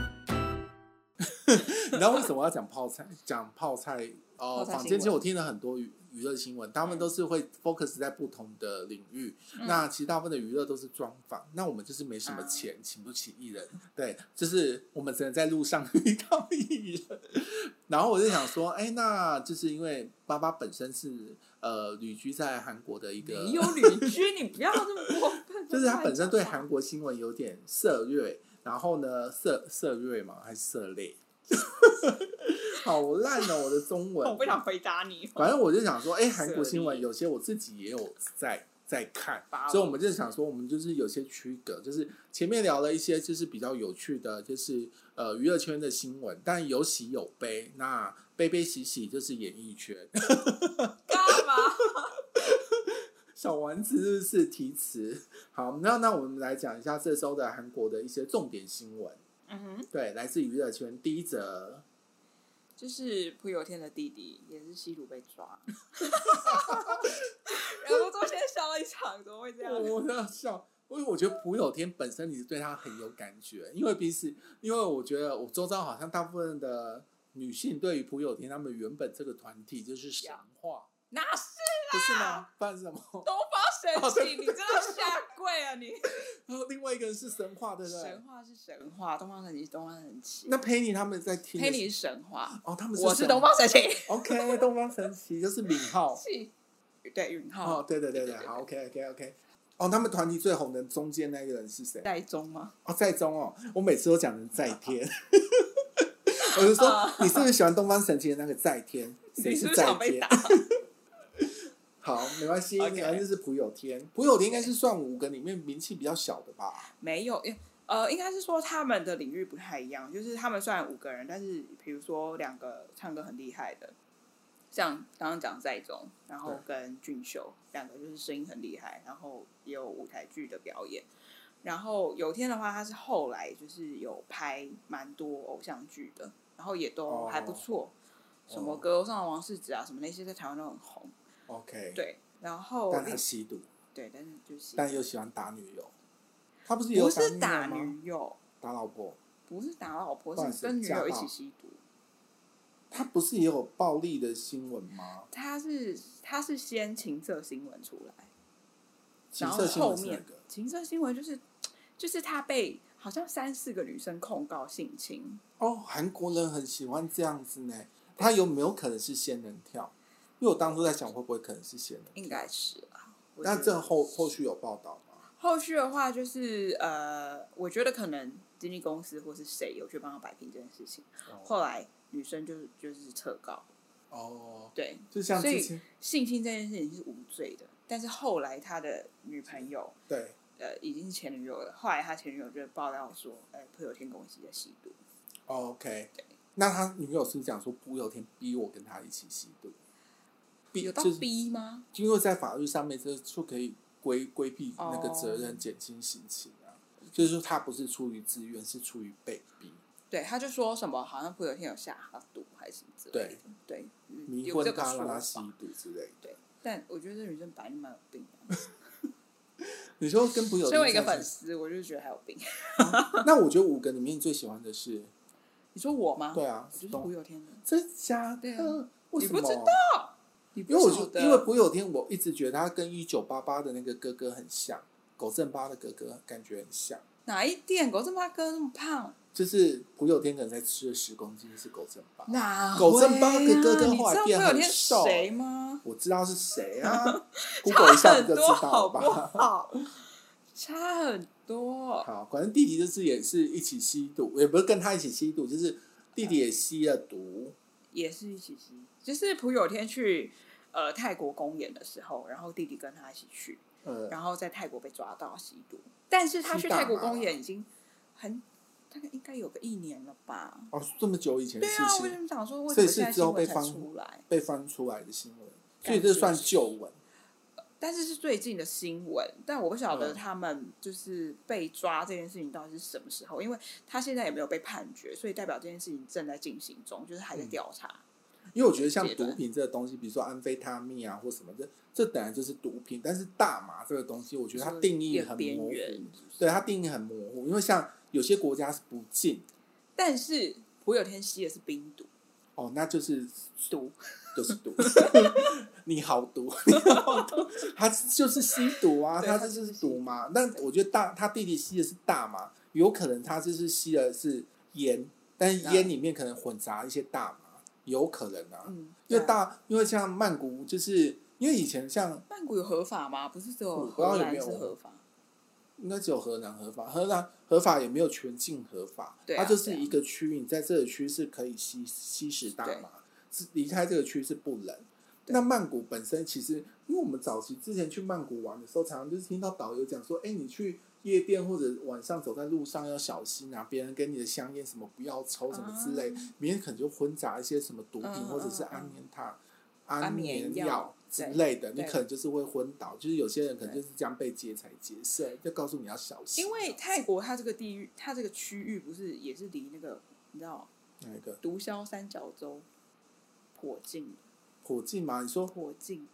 *laughs* 你知道为什么要讲泡菜？讲泡菜哦，泡菜新闻坊间其实我听了很多娱娱乐新闻，他们都是会 focus 在不同的领域。那其实大部分的娱乐都是专访，那我们就是没什么钱，请不起艺人，对，就是我们只能在路上遇到艺人。然后我就想说，哎，那就是因为爸爸本身是呃旅居在韩国的一个，没有旅居，你不要这么过 *laughs* 分。就是他本身对韩国新闻有点涉略，然后呢，涉涉略嘛，还是涉猎？ *laughs* 好烂哦，我的中文。 *laughs* 我不想回答你。 *laughs* 反正我就想说，哎、韩国涉猎新闻有些我自己也有在在看八，所以我们就想说，我们就是有些区隔，就是前面聊了一些就是比较有趣的，就是呃娱乐圈的新闻，但有喜有悲。那悲悲喜喜就是演艺圈， *laughs* 干嘛？小丸子是不是提词？好，那那我们来讲一下这周的韩国的一些重点新闻。 *laughs* 嗯哼，对，来自娱乐圈第一则，就是朴有天的弟弟也是吸毒被抓， *laughs* 然后昨天笑了一场，怎么会这样？啊 *laughs* 我要笑，因为我觉得朴有天本身你对他很有感觉，因为彼此，因为我觉得我周遭好像大部分的女性对于朴有天他们原本这个团体就是神话，哪是不是吗？不然是什么？ *laughs* 东哦方神起？你真的下跪啊你！然后另外一个人是神话，对不对神？话是神话，东方神起是东方神起。那佩妮他们在听的佩是，妮是神话，哦，他们我是神东方神起。 ，OK，东方神起就是敏浩。是对允浩，哦，对对对对对，对好，OK OK OK。哦，他们团体最红的中间那个人是谁？在中吗？哦，在中哦，我每次都讲成在 *laughs* 天。我就说，你是不是喜欢东方神起的那个在天？谁嗯你是不在想被天打？？好，没关系， OK 反正就是朴有天。朴有天应该是算五个里面名气比较小的吧？没有，呃，应该是说他们的领域不太一样，就是他们虽然五个人，但是比如说两个唱歌很厉害的，像刚刚讲在中，然后跟俊秀两个就是声音很厉害，然后也有舞台剧的表演。然后有天的话，他是后来就是有拍蛮多偶像剧的，然后也都哦还不错，什么《歌上的王世子》啊，什么那些在台湾都很红。 OK，，对，然后但他吸毒，对，但是就是但又喜欢打女友。他不是也有不是打打女友吗？女友，打老婆，不是打老不好婆，意是思跟女家友一暴起吸毒。他不是也有暴力的新闻吗？他是他是先情色新闻出来，情然后色新后闻是哪面个？情色新闻就是就是他被好像三四个女生控告性侵，哦，韩国人很喜欢这样子呢。他有没有可能是仙人跳？因为我当初在想，会不会可能是仙人跳？应该是啊。我那觉这得后后续有报道吗？后续的话就是呃，我觉得可能经纪公司或是谁有去帮他摆平这件事情，后来女生就是就是撤告，哦，对，就像所之以前性侵这件事情是无罪的，但是后来他的女朋友对呃已经是前女友了，后来他前女友就爆料说，哎、呃，有天跟我一起在吸毒。哦，OK。那他女友是不是讲说不有天逼我跟他一起吸毒，逼有到就是逼吗？因为在法律上面这就可以规规避那个哦责任，减轻刑期啊。就是说他不是出于自愿，是出于被逼。对，他就说什么好像普有天有下他毒还是什么之类的，对，嗯迷有这昏个他，说让他法。吸毒之类的。但我觉得这女生白蛮有病的，你说跟朋友，身为一个粉丝，我就觉得她有病。 *laughs* 那我觉得五个里面你最喜欢的是，你说我吗？对，啊我就，是董普有天的。真假对的啊？为什么？你不知道？你不因为我晓就得因为朴有天，我一直觉得他跟一九八八的那个哥哥很像，狗正八的哥哥感觉很像。哪一点狗正八哥那么啊胖，就是朴有天可能才吃了十公斤，是狗正八。哪狗会正八哥啊哥哥你后来知道普变有很天瘦谁吗？我知道是谁啊 *laughs* 差，Google 一下你很就多，知道好了不吧。好？差很多。好，反正弟弟就是也是一起吸毒，也不是跟他一起吸毒，就是弟弟也吸了毒。也是一起吸。就是朴有天去呃泰国公演的时候，然后弟弟跟他一起去，呃，然后在泰国被抓到吸毒，但是他去吸大麻泰国公演已经很大概应该有个一年了吧？哦，这么久以前的对事啊，我情就想说，为什么现在新闻才出来？被翻出来的新闻，所感以觉这算旧闻。但是是最近的新闻，但我不晓得嗯他们就是被抓这件事情到底是什么时候，因为他现在也没有被判决，所以代表这件事情正在进行中，就是嗯还在调查。因为我觉得像阶段毒品这个东西，比如说安非他命啊或什么，这这本来就是毒品。但是大麻这个东西，我觉得它定义很边模糊，缘，对它定义很模糊。因为像有些国家是不禁但是朴有天吸的是 *laughs* 冰毒，哦，那就是毒就是毒， *laughs* 你好毒，你好毒，他就是吸毒啊，对他他这就就是是吸毒嘛。但我觉得大他弟弟吸的是大麻，有可能他就是吸的是烟，但是啊烟里面可能混杂一些大麻，有可能啊。嗯，因对为啊大，因为像曼谷，就是因为以前像曼谷有合法吗？不是只有我不知道荷有兰没有是合法？应该只有荷兰合法，荷兰合法也没有全境合法，对啊它就是一个区域，你在这个区是可以吸吸食大麻，是离开这个区是不能。对那曼谷本身其实，因为我们早期之前去曼谷玩的时候，常常就是听到导游讲说，哎，你去夜店或者晚上走在路上要小心啊，别人给你的香烟什么不要抽什么之类，里面可能就混杂一些什么毒品啊嗯或者是嗯安眠塔、安眠眠药药之对类的，你对可能就是会昏倒，就是有些人可能就是这样被劫财劫色，就告诉你要小心。啊因为泰国它这个地域，它这个区域不是也是离那个你知道哪一个毒枭三角洲颇近，火计嘛，你说颇近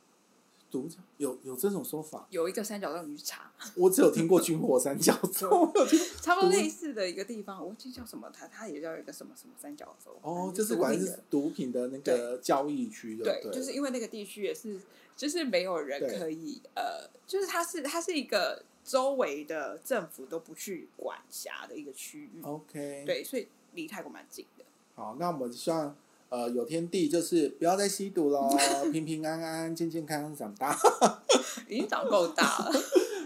毒有有这种说法？有一个三角洲，你去查，我只有听过军火三角 *laughs* 洲，我有听差不多毒类似的一个地方，我忘记叫什么，它它也叫一个什么什么三角洲。哦，反正就是毒管品是的毒品的那个交易区，对对不，对？就是因为那个地区也是，就是没有人对可以呃，就是它是它是一个周围的政府都不去管辖的一个区域，哦 OK，，对，所以离泰国蛮近的。好，那我们希望呃有天地就是不要再吸 *laughs* 毒喽，平平安安、健健康康长大。 *laughs* 已经长够大了。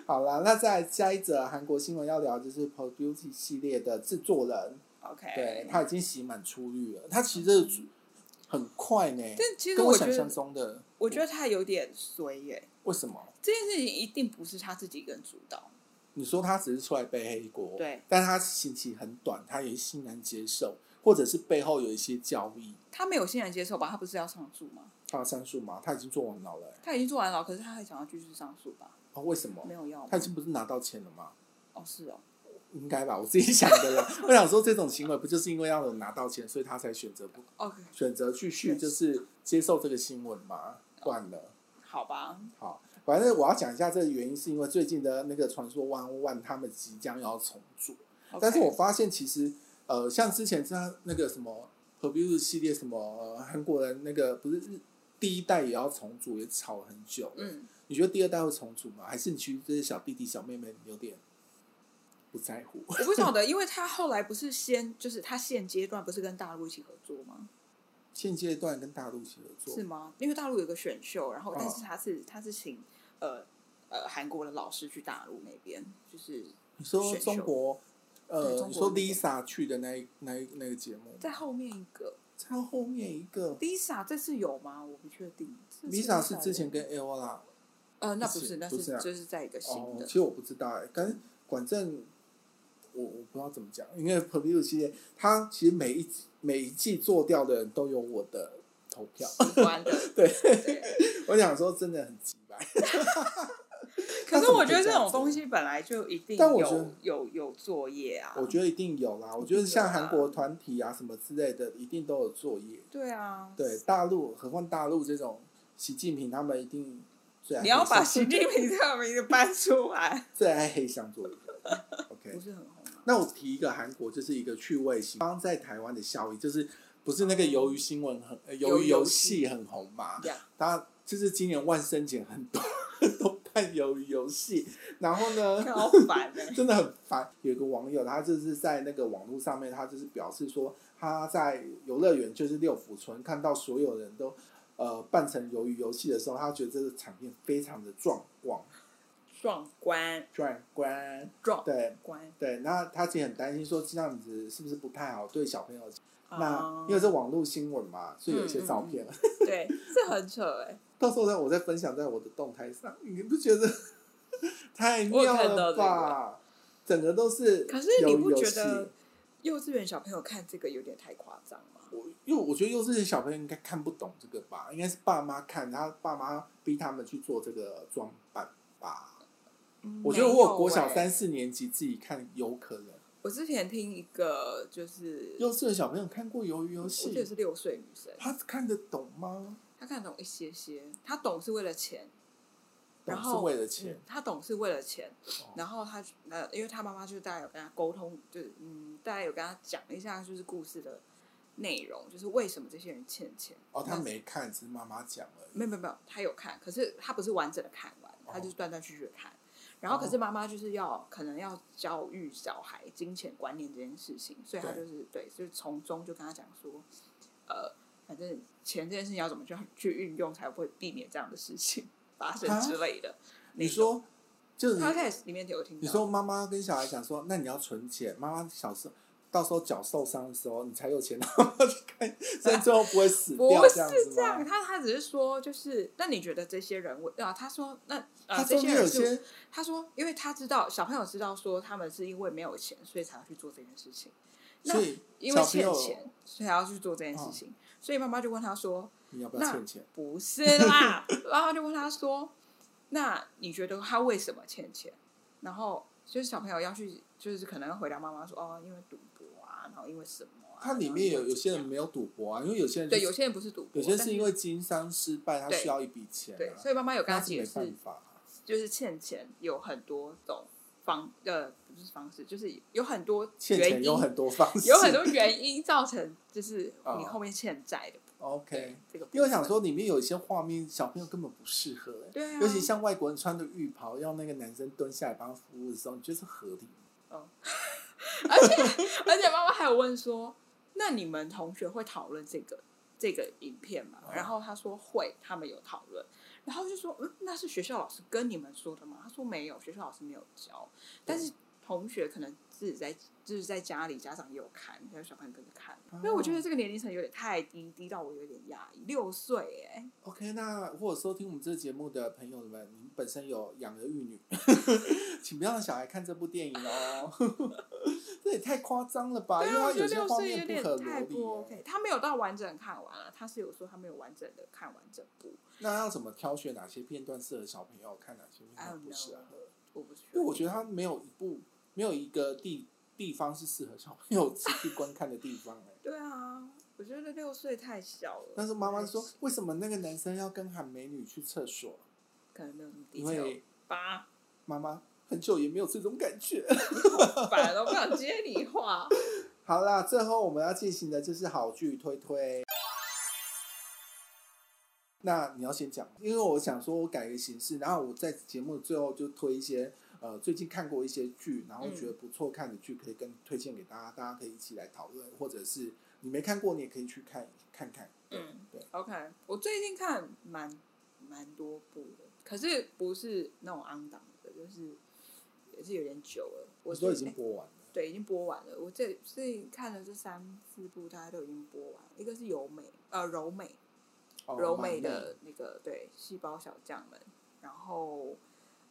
好啦，那再下一则韩国新闻要聊就是 p o Beauty 系列的制作人， OK，对他已经洗满出狱了，他其实很快呢，嗯但其实跟我觉想象中得，的我觉得他有点衰耶、为什么？这件事情一定不是他自己一个人主导，你说他只是出来背黑锅，对，但他刑期很短，他也欣然接受，或者是背后有一些交易。他没有欣然接受吧？他不是要上诉吗？他有上诉吗？他已经坐完牢了、欸他已经做完了，可是他还想要继续上诉吧？哦，为什么？没有要吗他已经不是拿到钱了吗？哦，是哦，应该吧，我自己 *laughs* 想的啦。我想说，这种行为不就是因为要有拿到钱，所以他才选择不 OK，选择继续 Yes 就是接受这个新闻嘛？断了。好吧，好，反正我要讲一下这个原因，是因为最近的那个传说万万他们即将要重组，但是我发现其实呃，像之前像那个什么 p r b u 系列什么呃韩国人那个不是日第一代也要重组，也吵很久。嗯，你觉得第二代会重组吗？还是你其实这些小弟弟小妹妹有点不在乎？我不晓得，因为他后来不是先就是他现阶段不是跟大陆一起合作吗？现阶段跟大陆一起合作是吗？因为大陆有个选秀，然后嗯但是他是、他是请呃呃韩国的老师去大陆那边，就是你说选秀中国，对呃，中你说国那边 Lisa 去的那一那一那个节目，在后面一个在后面一个 Lisa 这次有吗？我不确定。这次 Lisa 有是吗之前跟 Ella 呃，那不不是是，那不是啊就是在一个新哦，的其实我不知道哎、但是反正我我不知道怎么讲，因为 p r e v i e w 系列，它其实每一集每一季做掉的人都有我的投 *laughs* 票，喜 *laughs* 欢的。对对，我想说真的很鸡 *laughs* 掰。可是我觉那怎么可以得这这样种子东西本来就一定但我觉有得有有作业啊。我觉得一定有啦，我觉得像韩国团体啊什么之类的，一定都有作业。对啊，对，大陆，何况大陆这种习近平他们一定最爱 *laughs* 你要黑把箱习近平这个名字搬出来，最爱黑箱作业。OK，不是很红吗？ *laughs* 那我提一个韩国，就是一个趣味性，刚在台湾的效益，就是不是那个鱿鱼新闻很，呃鱿鱿鱼鱼游游戏戏很红嘛？呀，他就是今年万圣节很多 *laughs* 都看鱿鱼游戏，然后呢， *laughs* 好烦欸呢。真的很烦。有一个网友，他就是在那个网络上面，他就是表示说，他在游乐园就是六福村看到所有人都呃扮成鱿鱼游戏的时候，他觉得这个场面非常的壮观，壮观，壮观。壮对观。对，那他其实很担心说这样子是不是不太好对小朋友？那啊因为这网络新闻嘛，所以有一嗯些照片，对，这很扯哎。到时候呢，我再分享在我的动态上，你不觉得太我有妙看到了这个吧？整个都是可是你鱿鱼不游觉戏得幼稚园小朋友看这个有点太夸张吗？我因为我觉得幼稚园小朋友应该看不懂这个吧，应该是爸妈看，他爸妈逼他们去做这个装扮吧。我觉得如没果国小欸三四年级自己看有可能，我之前听一个就是，幼稚园小朋友看过鱿鱼游我记得戏，是六岁女生，他看得懂吗？她看懂一些些，她懂是为了钱，然懂是后为了钱嗯，她懂是为了钱哦，然后她呃，因为她妈妈就大概有跟她沟通，就是嗯，大概有跟她讲一下就是故事的内容，就是为什么这些人欠钱。哦，他那没看，只是妈妈讲而已。没有没有没有，他有看，可是他不是完整的看完，他哦就是断断续续地看。然后可是妈妈就是要可能要教育小孩金钱观念这件事情，所以他对就是对，就是从中就跟他讲说，呃，反正钱这件事情要怎么去去运用，才不会避免这样的事情 *laughs* 发生啊之类的。你说，就是你 podcast 里面有听到？你说妈妈跟小孩讲说，那你要存钱，妈妈小时候到时候脚受伤的时候，你才有钱，然 *laughs* 后去看，所以最后不会死不掉这样是这子样，吗？他他只是说就是，那你觉得这些人为啊？他说那他啊，这中些间有人是些他说，因为他知道小朋友知道说他们是因为没有钱，所以才要去做这件事情，那所以因为小朋欠友嗯钱，所以才要去做这件事情。所以妈妈就问他说你要不要欠钱？：“不是 *laughs* 啦。”然后就问他说：“那你觉得他为什么欠钱？”然后就是小朋友要去，就是可能回答妈妈说：“哦，因为赌博啊，然后因为什么、啊？”它里面有然后因为有些怎人样没有赌博啊，因为有些人、就对，是、有些人不是赌博，有些但是因为经商失败，他对需要一笔钱、啊，对，所以妈妈有跟他那是解没释办法啊、就是欠钱有很多种方呃不是方式，就是有很多欠原钱因，有很多方式，有很多原因造成就是你后面欠债的。 OK。这个部分哦因为我想，说，里面有一些画面，小朋友根本不适合、欸对啊，尤其像外国人穿的浴袍，要那个男生蹲下来帮他服务的时候，你觉得是合理吗？而且妈妈还有问说，那你们同学会讨论这个这个影片吗？哦然后他说会，他们有讨论。然后就说，嗯，那是学校老师跟你们说的吗？他说没有，学校老师没有教，但是同学可能自己在就是在家里，家长也有看，还有小朋友跟着看。哦因为我觉得这个年龄层有点太低，低到我有点压抑。六岁哎、 OK，那或者收听我们这个节目的朋友们，你们本身有养儿育 *laughs* 女，请不要让小孩看这部电影 *laughs* 哦，这也太夸张了吧？因为啊，我它觉得些六画岁有面不点可啊太不罗 OK 理。。他没有到完整看完啊，他是有说他没有完整的看完整部。那要怎么挑选哪些片段适合小朋友看，哪些片 I 段 don't 嗯不适 know，合？嗯我不确啊定。因为我觉得它没有一部，没有一个地地方是适合小朋友持续观看的地方哎、对啊，我觉得六岁太小了。但是妈妈 *laughs* 说，为什么那个男生要跟韩美女去厕所？可能没有那么低因调 *laughs* 为吧，妈妈很久也没有这种感觉。 *laughs* 反了，我不想接你话。好啦，最后我们要进行的就是好剧推推。那你要先讲，因为我想说我改个形式，然后我在节目最后就推一些呃最近看过一些剧，然后觉得不错看的剧，可以跟推荐给大家，大家可以一起来讨论，或者是你没看过，你也可以去看看看。嗯对，OK，我最近看蛮蛮多部的，可是不是那种肮档的，就是也是有点久了。我我都已最经播完了，对，已经播完了。我这最近看了这三四部，大家都已经播完了。一个是柔美，呃，柔美，哦柔美蛮累的那个对细胞小将们，然后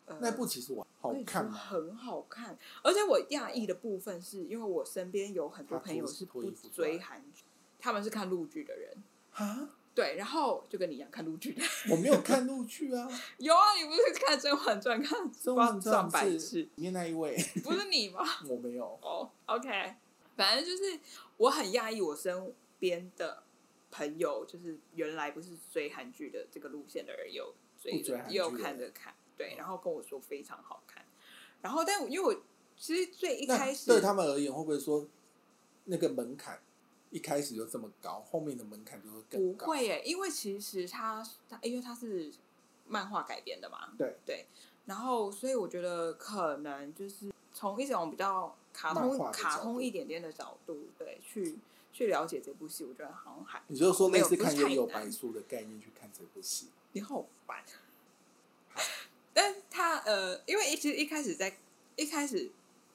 呃，哦那部其实我好我跟你说看吗？很好看。而且我讶异的部分是因为我身边有很多他朋友脱是脱不衣服出来追韩剧，他们是看陆剧的人。啊，对，然后就跟你一样看陆剧的。 *laughs* 我没有看陆剧啊，有啊，你不是看《甄嬛传》看《甄嬛上传百》是次 *laughs* 里，面那一位，不是你吗？我没有。哦、o k 反正就是我很讶异我身边的朋友，就是原来不是追韩剧的这个路线的人，有追不追的韩也剧的有看着看，对，嗯然后跟我说非常好看。然后，但我因为我其实最一那开始对他们而言，会不会说那个门槛一开始就这么高，后面的门槛就会不更高？会耶，因为其实它它因为它是漫画改编的嘛，对对，然后所以我觉得可能就是从一种比较卡漫画通的卡角通度一点点的角度，对，去去了解这部戏，我觉得好像还你就说类没有似不是看《幽太游难白书》的概念去看这部戏，你好烦。啊但他呃，因为一其实一开始在一开始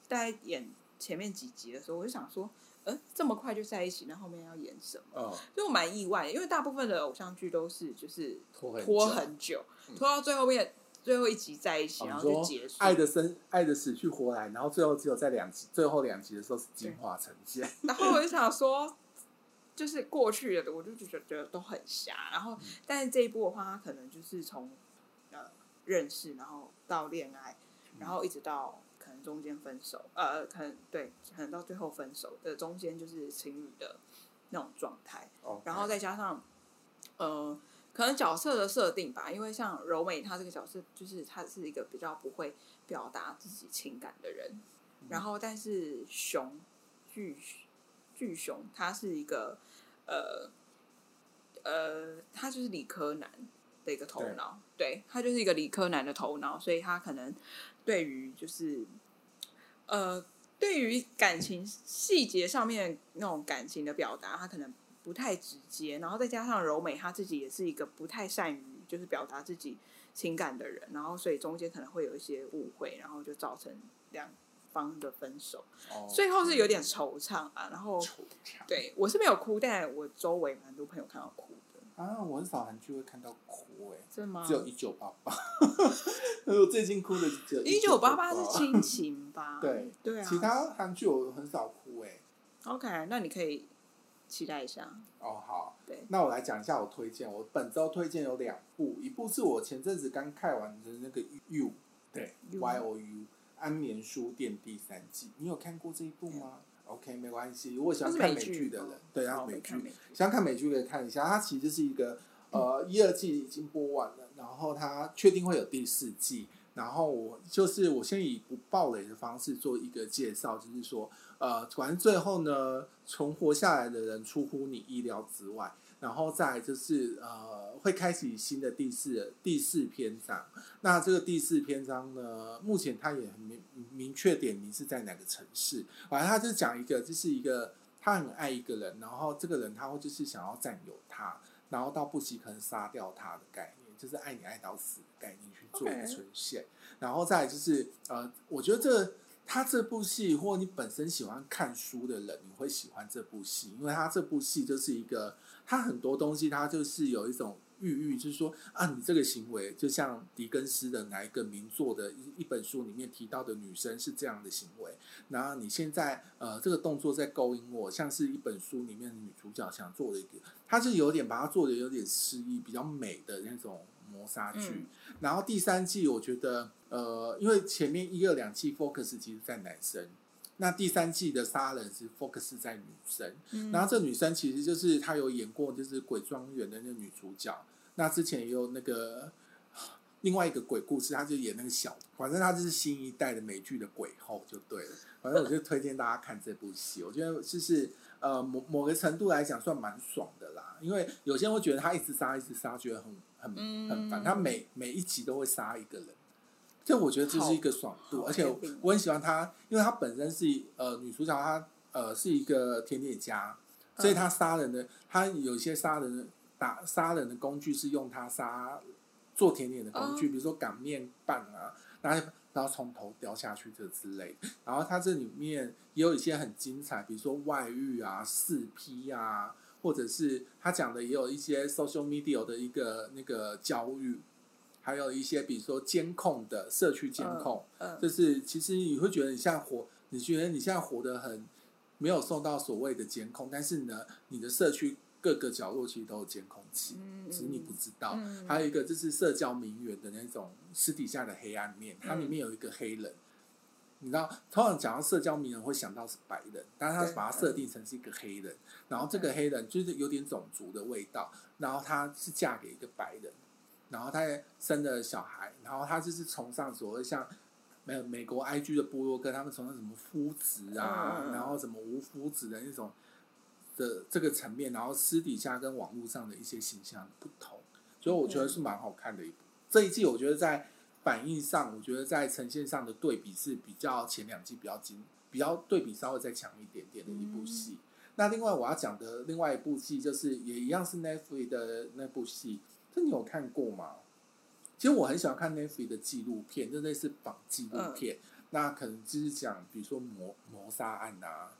在演前面几集的时候，我就想说，呃，这么快就在一起，那后面要演什么？嗯，所以我蛮意外，因为大部分的偶像剧都是就是拖很拖久很久，嗯拖到最后面最后一集在一起，哦然后你就说结束。爱的生，爱的死去活来，然后最后只有在两集，最后两集的时候是对进化成仙。然后我就想说，就是过去的，我就觉得觉得都很瞎。然后，但是这一波的话，他可能就是从呃认识，然后到恋爱，然后一直到可能中间分手，呃，可能对，可能到最后分手的中间就是情侣的那种状态。哦， *laughs* 然后再加上，呃，可能角色的设定吧，因为像柔美她这个角色，就是她是一个比较不会表达自己情感的人，然后但是熊巨巨熊他是一个呃呃，他就是理科男的一个头脑，对他就是一个理科男的头脑，所以他可能对于就是呃。对于感情细节上面那种感情的表达，他可能不太直接，然后再加上柔美她自己也是一个不太善于就是表达自己情感的人，然后所以中间可能会有一些误会，然后就造成两方的分手，哦最后是有点惆怅啊。然后惆怅对我是没有哭，但我周围蛮多朋友看到哭的，啊，我很少韩剧会看到哭哎、真的吗只有一九八 *laughs* 八，我最近哭的就只有一九八八是1988？亲情吧 *laughs* 对对啊。其他韩剧我很少哭哎、 OK，那你可以期待一下。哦，好，对，那我来讲一下我推荐，我本周推荐有两部，一部是我前阵子刚看完的那个《You》，对 You ，Y O U 安眠书店第三季，你有看过这一部吗？OK，没关系，我喜欢看美剧的人它是美剧哦，对，它好是美我看美剧剧，想看美剧可以看一下，它其实是一个呃一二季已经播完了，然后它确定会有第四季。然后我就是我先以不暴雷的方式做一个介绍，就是说，呃，反正最后呢，存活下来的人出乎你意料之外，然后再来就是呃，会开启新的第四第四篇章。那这个第四篇章呢，目前它也很明明确点明是在哪个城市。反正他就讲一个，就是一个他很爱一个人，然后这个人他会就是想要占有他，然后到不惜可能杀掉他的概念。就是爱你爱到死的概念去做一个呈现。然后再来就是呃，我觉得这他这部戏，或你本身喜欢看书的人，你会喜欢这部戏，因为他这部戏就是一个，他很多东西他就是有一种。寓意就是说啊，你这个行为就像狄更斯的哪一个名作的一一本书里面提到的女生是这样的行为，然后你现在呃这个动作在勾引我，像是一本书里面的女主角想做的一个，它是有点把它做的有点诗意，比较美的那种磨砂剧。然后第三季我觉得呃，因为前面一二两季 focus 其实在男生，那第三季的杀人是 focus 在女生。嗯然后这女生其实就是她有演过就是《鬼庄园》的那个女主角，那之前也有那个另外一个鬼故事，她就演那个小，反正她就是新一代的美剧的鬼后就对了。反正我就推荐大家看这部戏，我觉得就是呃某某个程度来讲算蛮爽的啦，因为有些人会觉得他一直杀一直杀，觉得很很很烦，嗯他每每一集都会杀一个人。这我觉得这是一个爽度，好而且好甜品哦我很喜欢她，因为她本身是呃女主角她呃是一个甜点家，所嗯以她杀人的她有一些杀人的打杀人的工具是用她杀做甜点的工哦具，比如说擀面棒啊，然后然后从头掉下去这之类的。然后它这里面也有一些很精彩，比如说外遇啊、四批啊，或者是他讲的也有一些 social media 的一个那个教育，还有一些比如说监控的社区监控，嗯就是其实你会觉得你现在活，你觉得你现在活得很没有受到所谓的监控，但是呢，你的社区各个角落其实都有监控器，嗯只是你不知道。嗯还有一个就是社交名媛的那种私底下的黑暗面，它里面有一个黑人。你知道，通常讲到社交名人会想到是白人，但是他对把它设定成是一个黑人，然后这个黑人就是有点种族的味道，然后她是嫁给一个白人，然后她也生了小孩，然后她就是崇尚所谓像美美国 IG 的部落客，他们崇尚什么肤质啊，嗯然后什么无肤质的那种的这个层面，然后私底下跟网络上的一些形象的不同，所以我觉得是蛮好看的一部。这一季我觉得在反应上，我觉得在呈现上的对比是比较前两季比较精，比较对比稍微再强一点点的一部戏。那另外我要讲的另外一部戏，就是也一样是 Netflix 的那部戏，这你有看过吗？其实我很喜欢看 Netflix 的纪录片，就类似仿纪录片。嗯那可能就是讲，比如说谋谋杀案啊，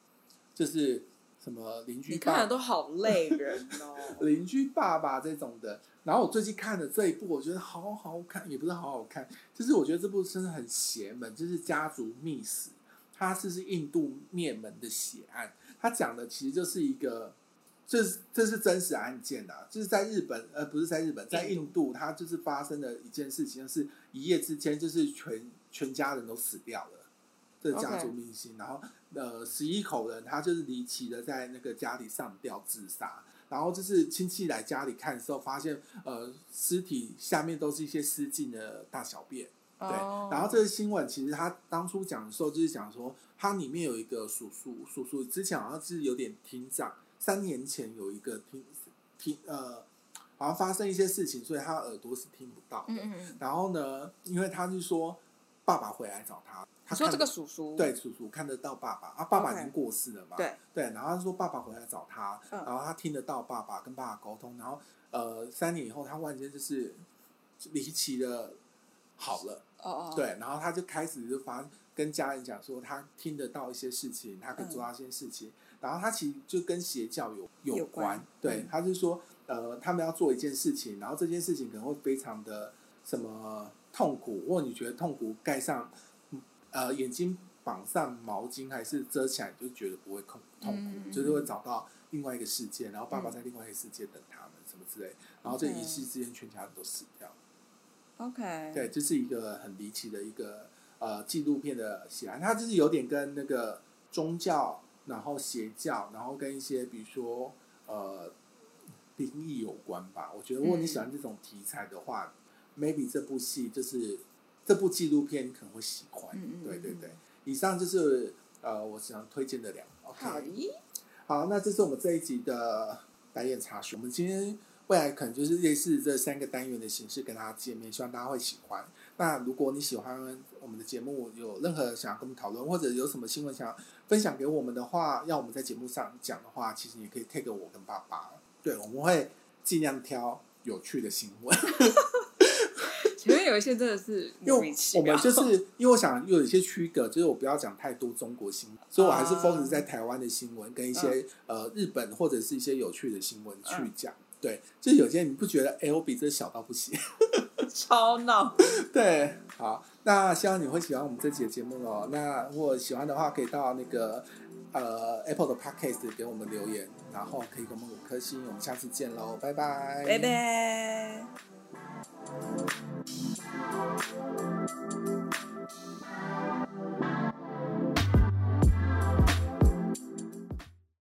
就是什么邻居你看爸的都好累人哦。邻居爸爸这种的。然后我最近看的这一部，我觉得好好看，也不是好好看，就是我觉得这部真的很邪门，就是家族密室，它是是印度灭门的血案，它讲的其实就是一个。这是这是真实案件啊，就是在日本，呃，不是在日本，在印度，它就是发生的一件事情，就是一夜之间，就是全全家人都死掉了，这个家族 OK 明星然后呃，十一口人，他就是离奇的在那个家里上吊自杀，然后就是亲戚来家里看的时候，发现呃尸体下面都是一些失禁的大小便。对，哦然后这个新闻其实他当初讲的时候，就是讲说他里面有一个叔叔，叔叔之前好像是有点厅长，三年前有一个听听呃，好像发生一些事情，所以他耳朵是听不到的。嗯嗯嗯，然后呢，因为他是说爸爸回来找他，他你说看这个叔叔对，叔叔看得到爸爸啊，爸爸已 OK 经过世了嘛。对对，然后他说爸爸回来找他，嗯然后他听得到爸爸跟爸爸沟通，然后呃三年以后他忽然间就是离奇的好了，哦哦，对，然后他就开始就发跟家人讲说他听得到一些事情，他嗯可以做到一些事情，然后他其实就跟邪教有有关，关对，嗯他就说呃他们要做一件事情，然后这件事情可能会非常的什么痛苦，或你觉得痛苦盖上呃眼睛绑上毛巾还是遮起来，你就觉得不会痛痛苦，嗯就是会找到另外一个世界，然后爸爸嗯在另外一个世界等他们什么之类，然后这一 OK 夕之间全家人都死掉了。 ，OK，对，，这是一个很离奇的一个呃纪录片的喜爱，它就是有点跟那个宗教，然后邪教，然后跟一些比如说呃灵异有关吧。我觉得如果你喜欢嗯这种题材的话、m a y b e 这部戏就是这部纪录片你可能会喜欢。嗯嗯对对嗯对，以上就是呃我想推荐的两个。好 OK，咦，好，那这是我们这一集的白眼茶水。我们今天未来可能就是类似这三个单元的形式跟大家见面，希望大家会喜欢。那如果你喜欢我们的节目，有任何想要跟我们讨论，或者有什么新闻想要分享给我们的话，要我们在节目上讲的话，其实你可以 take 我跟爸爸，对，我们会尽量挑有趣的新闻。前面有一些真的是因莫名为其我妙 *laughs* 们，就是因为我想又有一些区隔，就是我不要讲太多中国新闻，所以我还啊是 focus 在台湾的新闻跟一些、嗯呃日本或者是一些有趣的新闻去讲。对，就是有些你不觉得 L 比这小到不行？ *laughs* 超闹。对，好，那希望你会喜欢我们这期的节目哦。那如果喜欢的话，可以到那个呃 Apple 的 Podcast 给我们留言，然后可以给我们五颗星。我们下次见喽，拜拜，拜拜。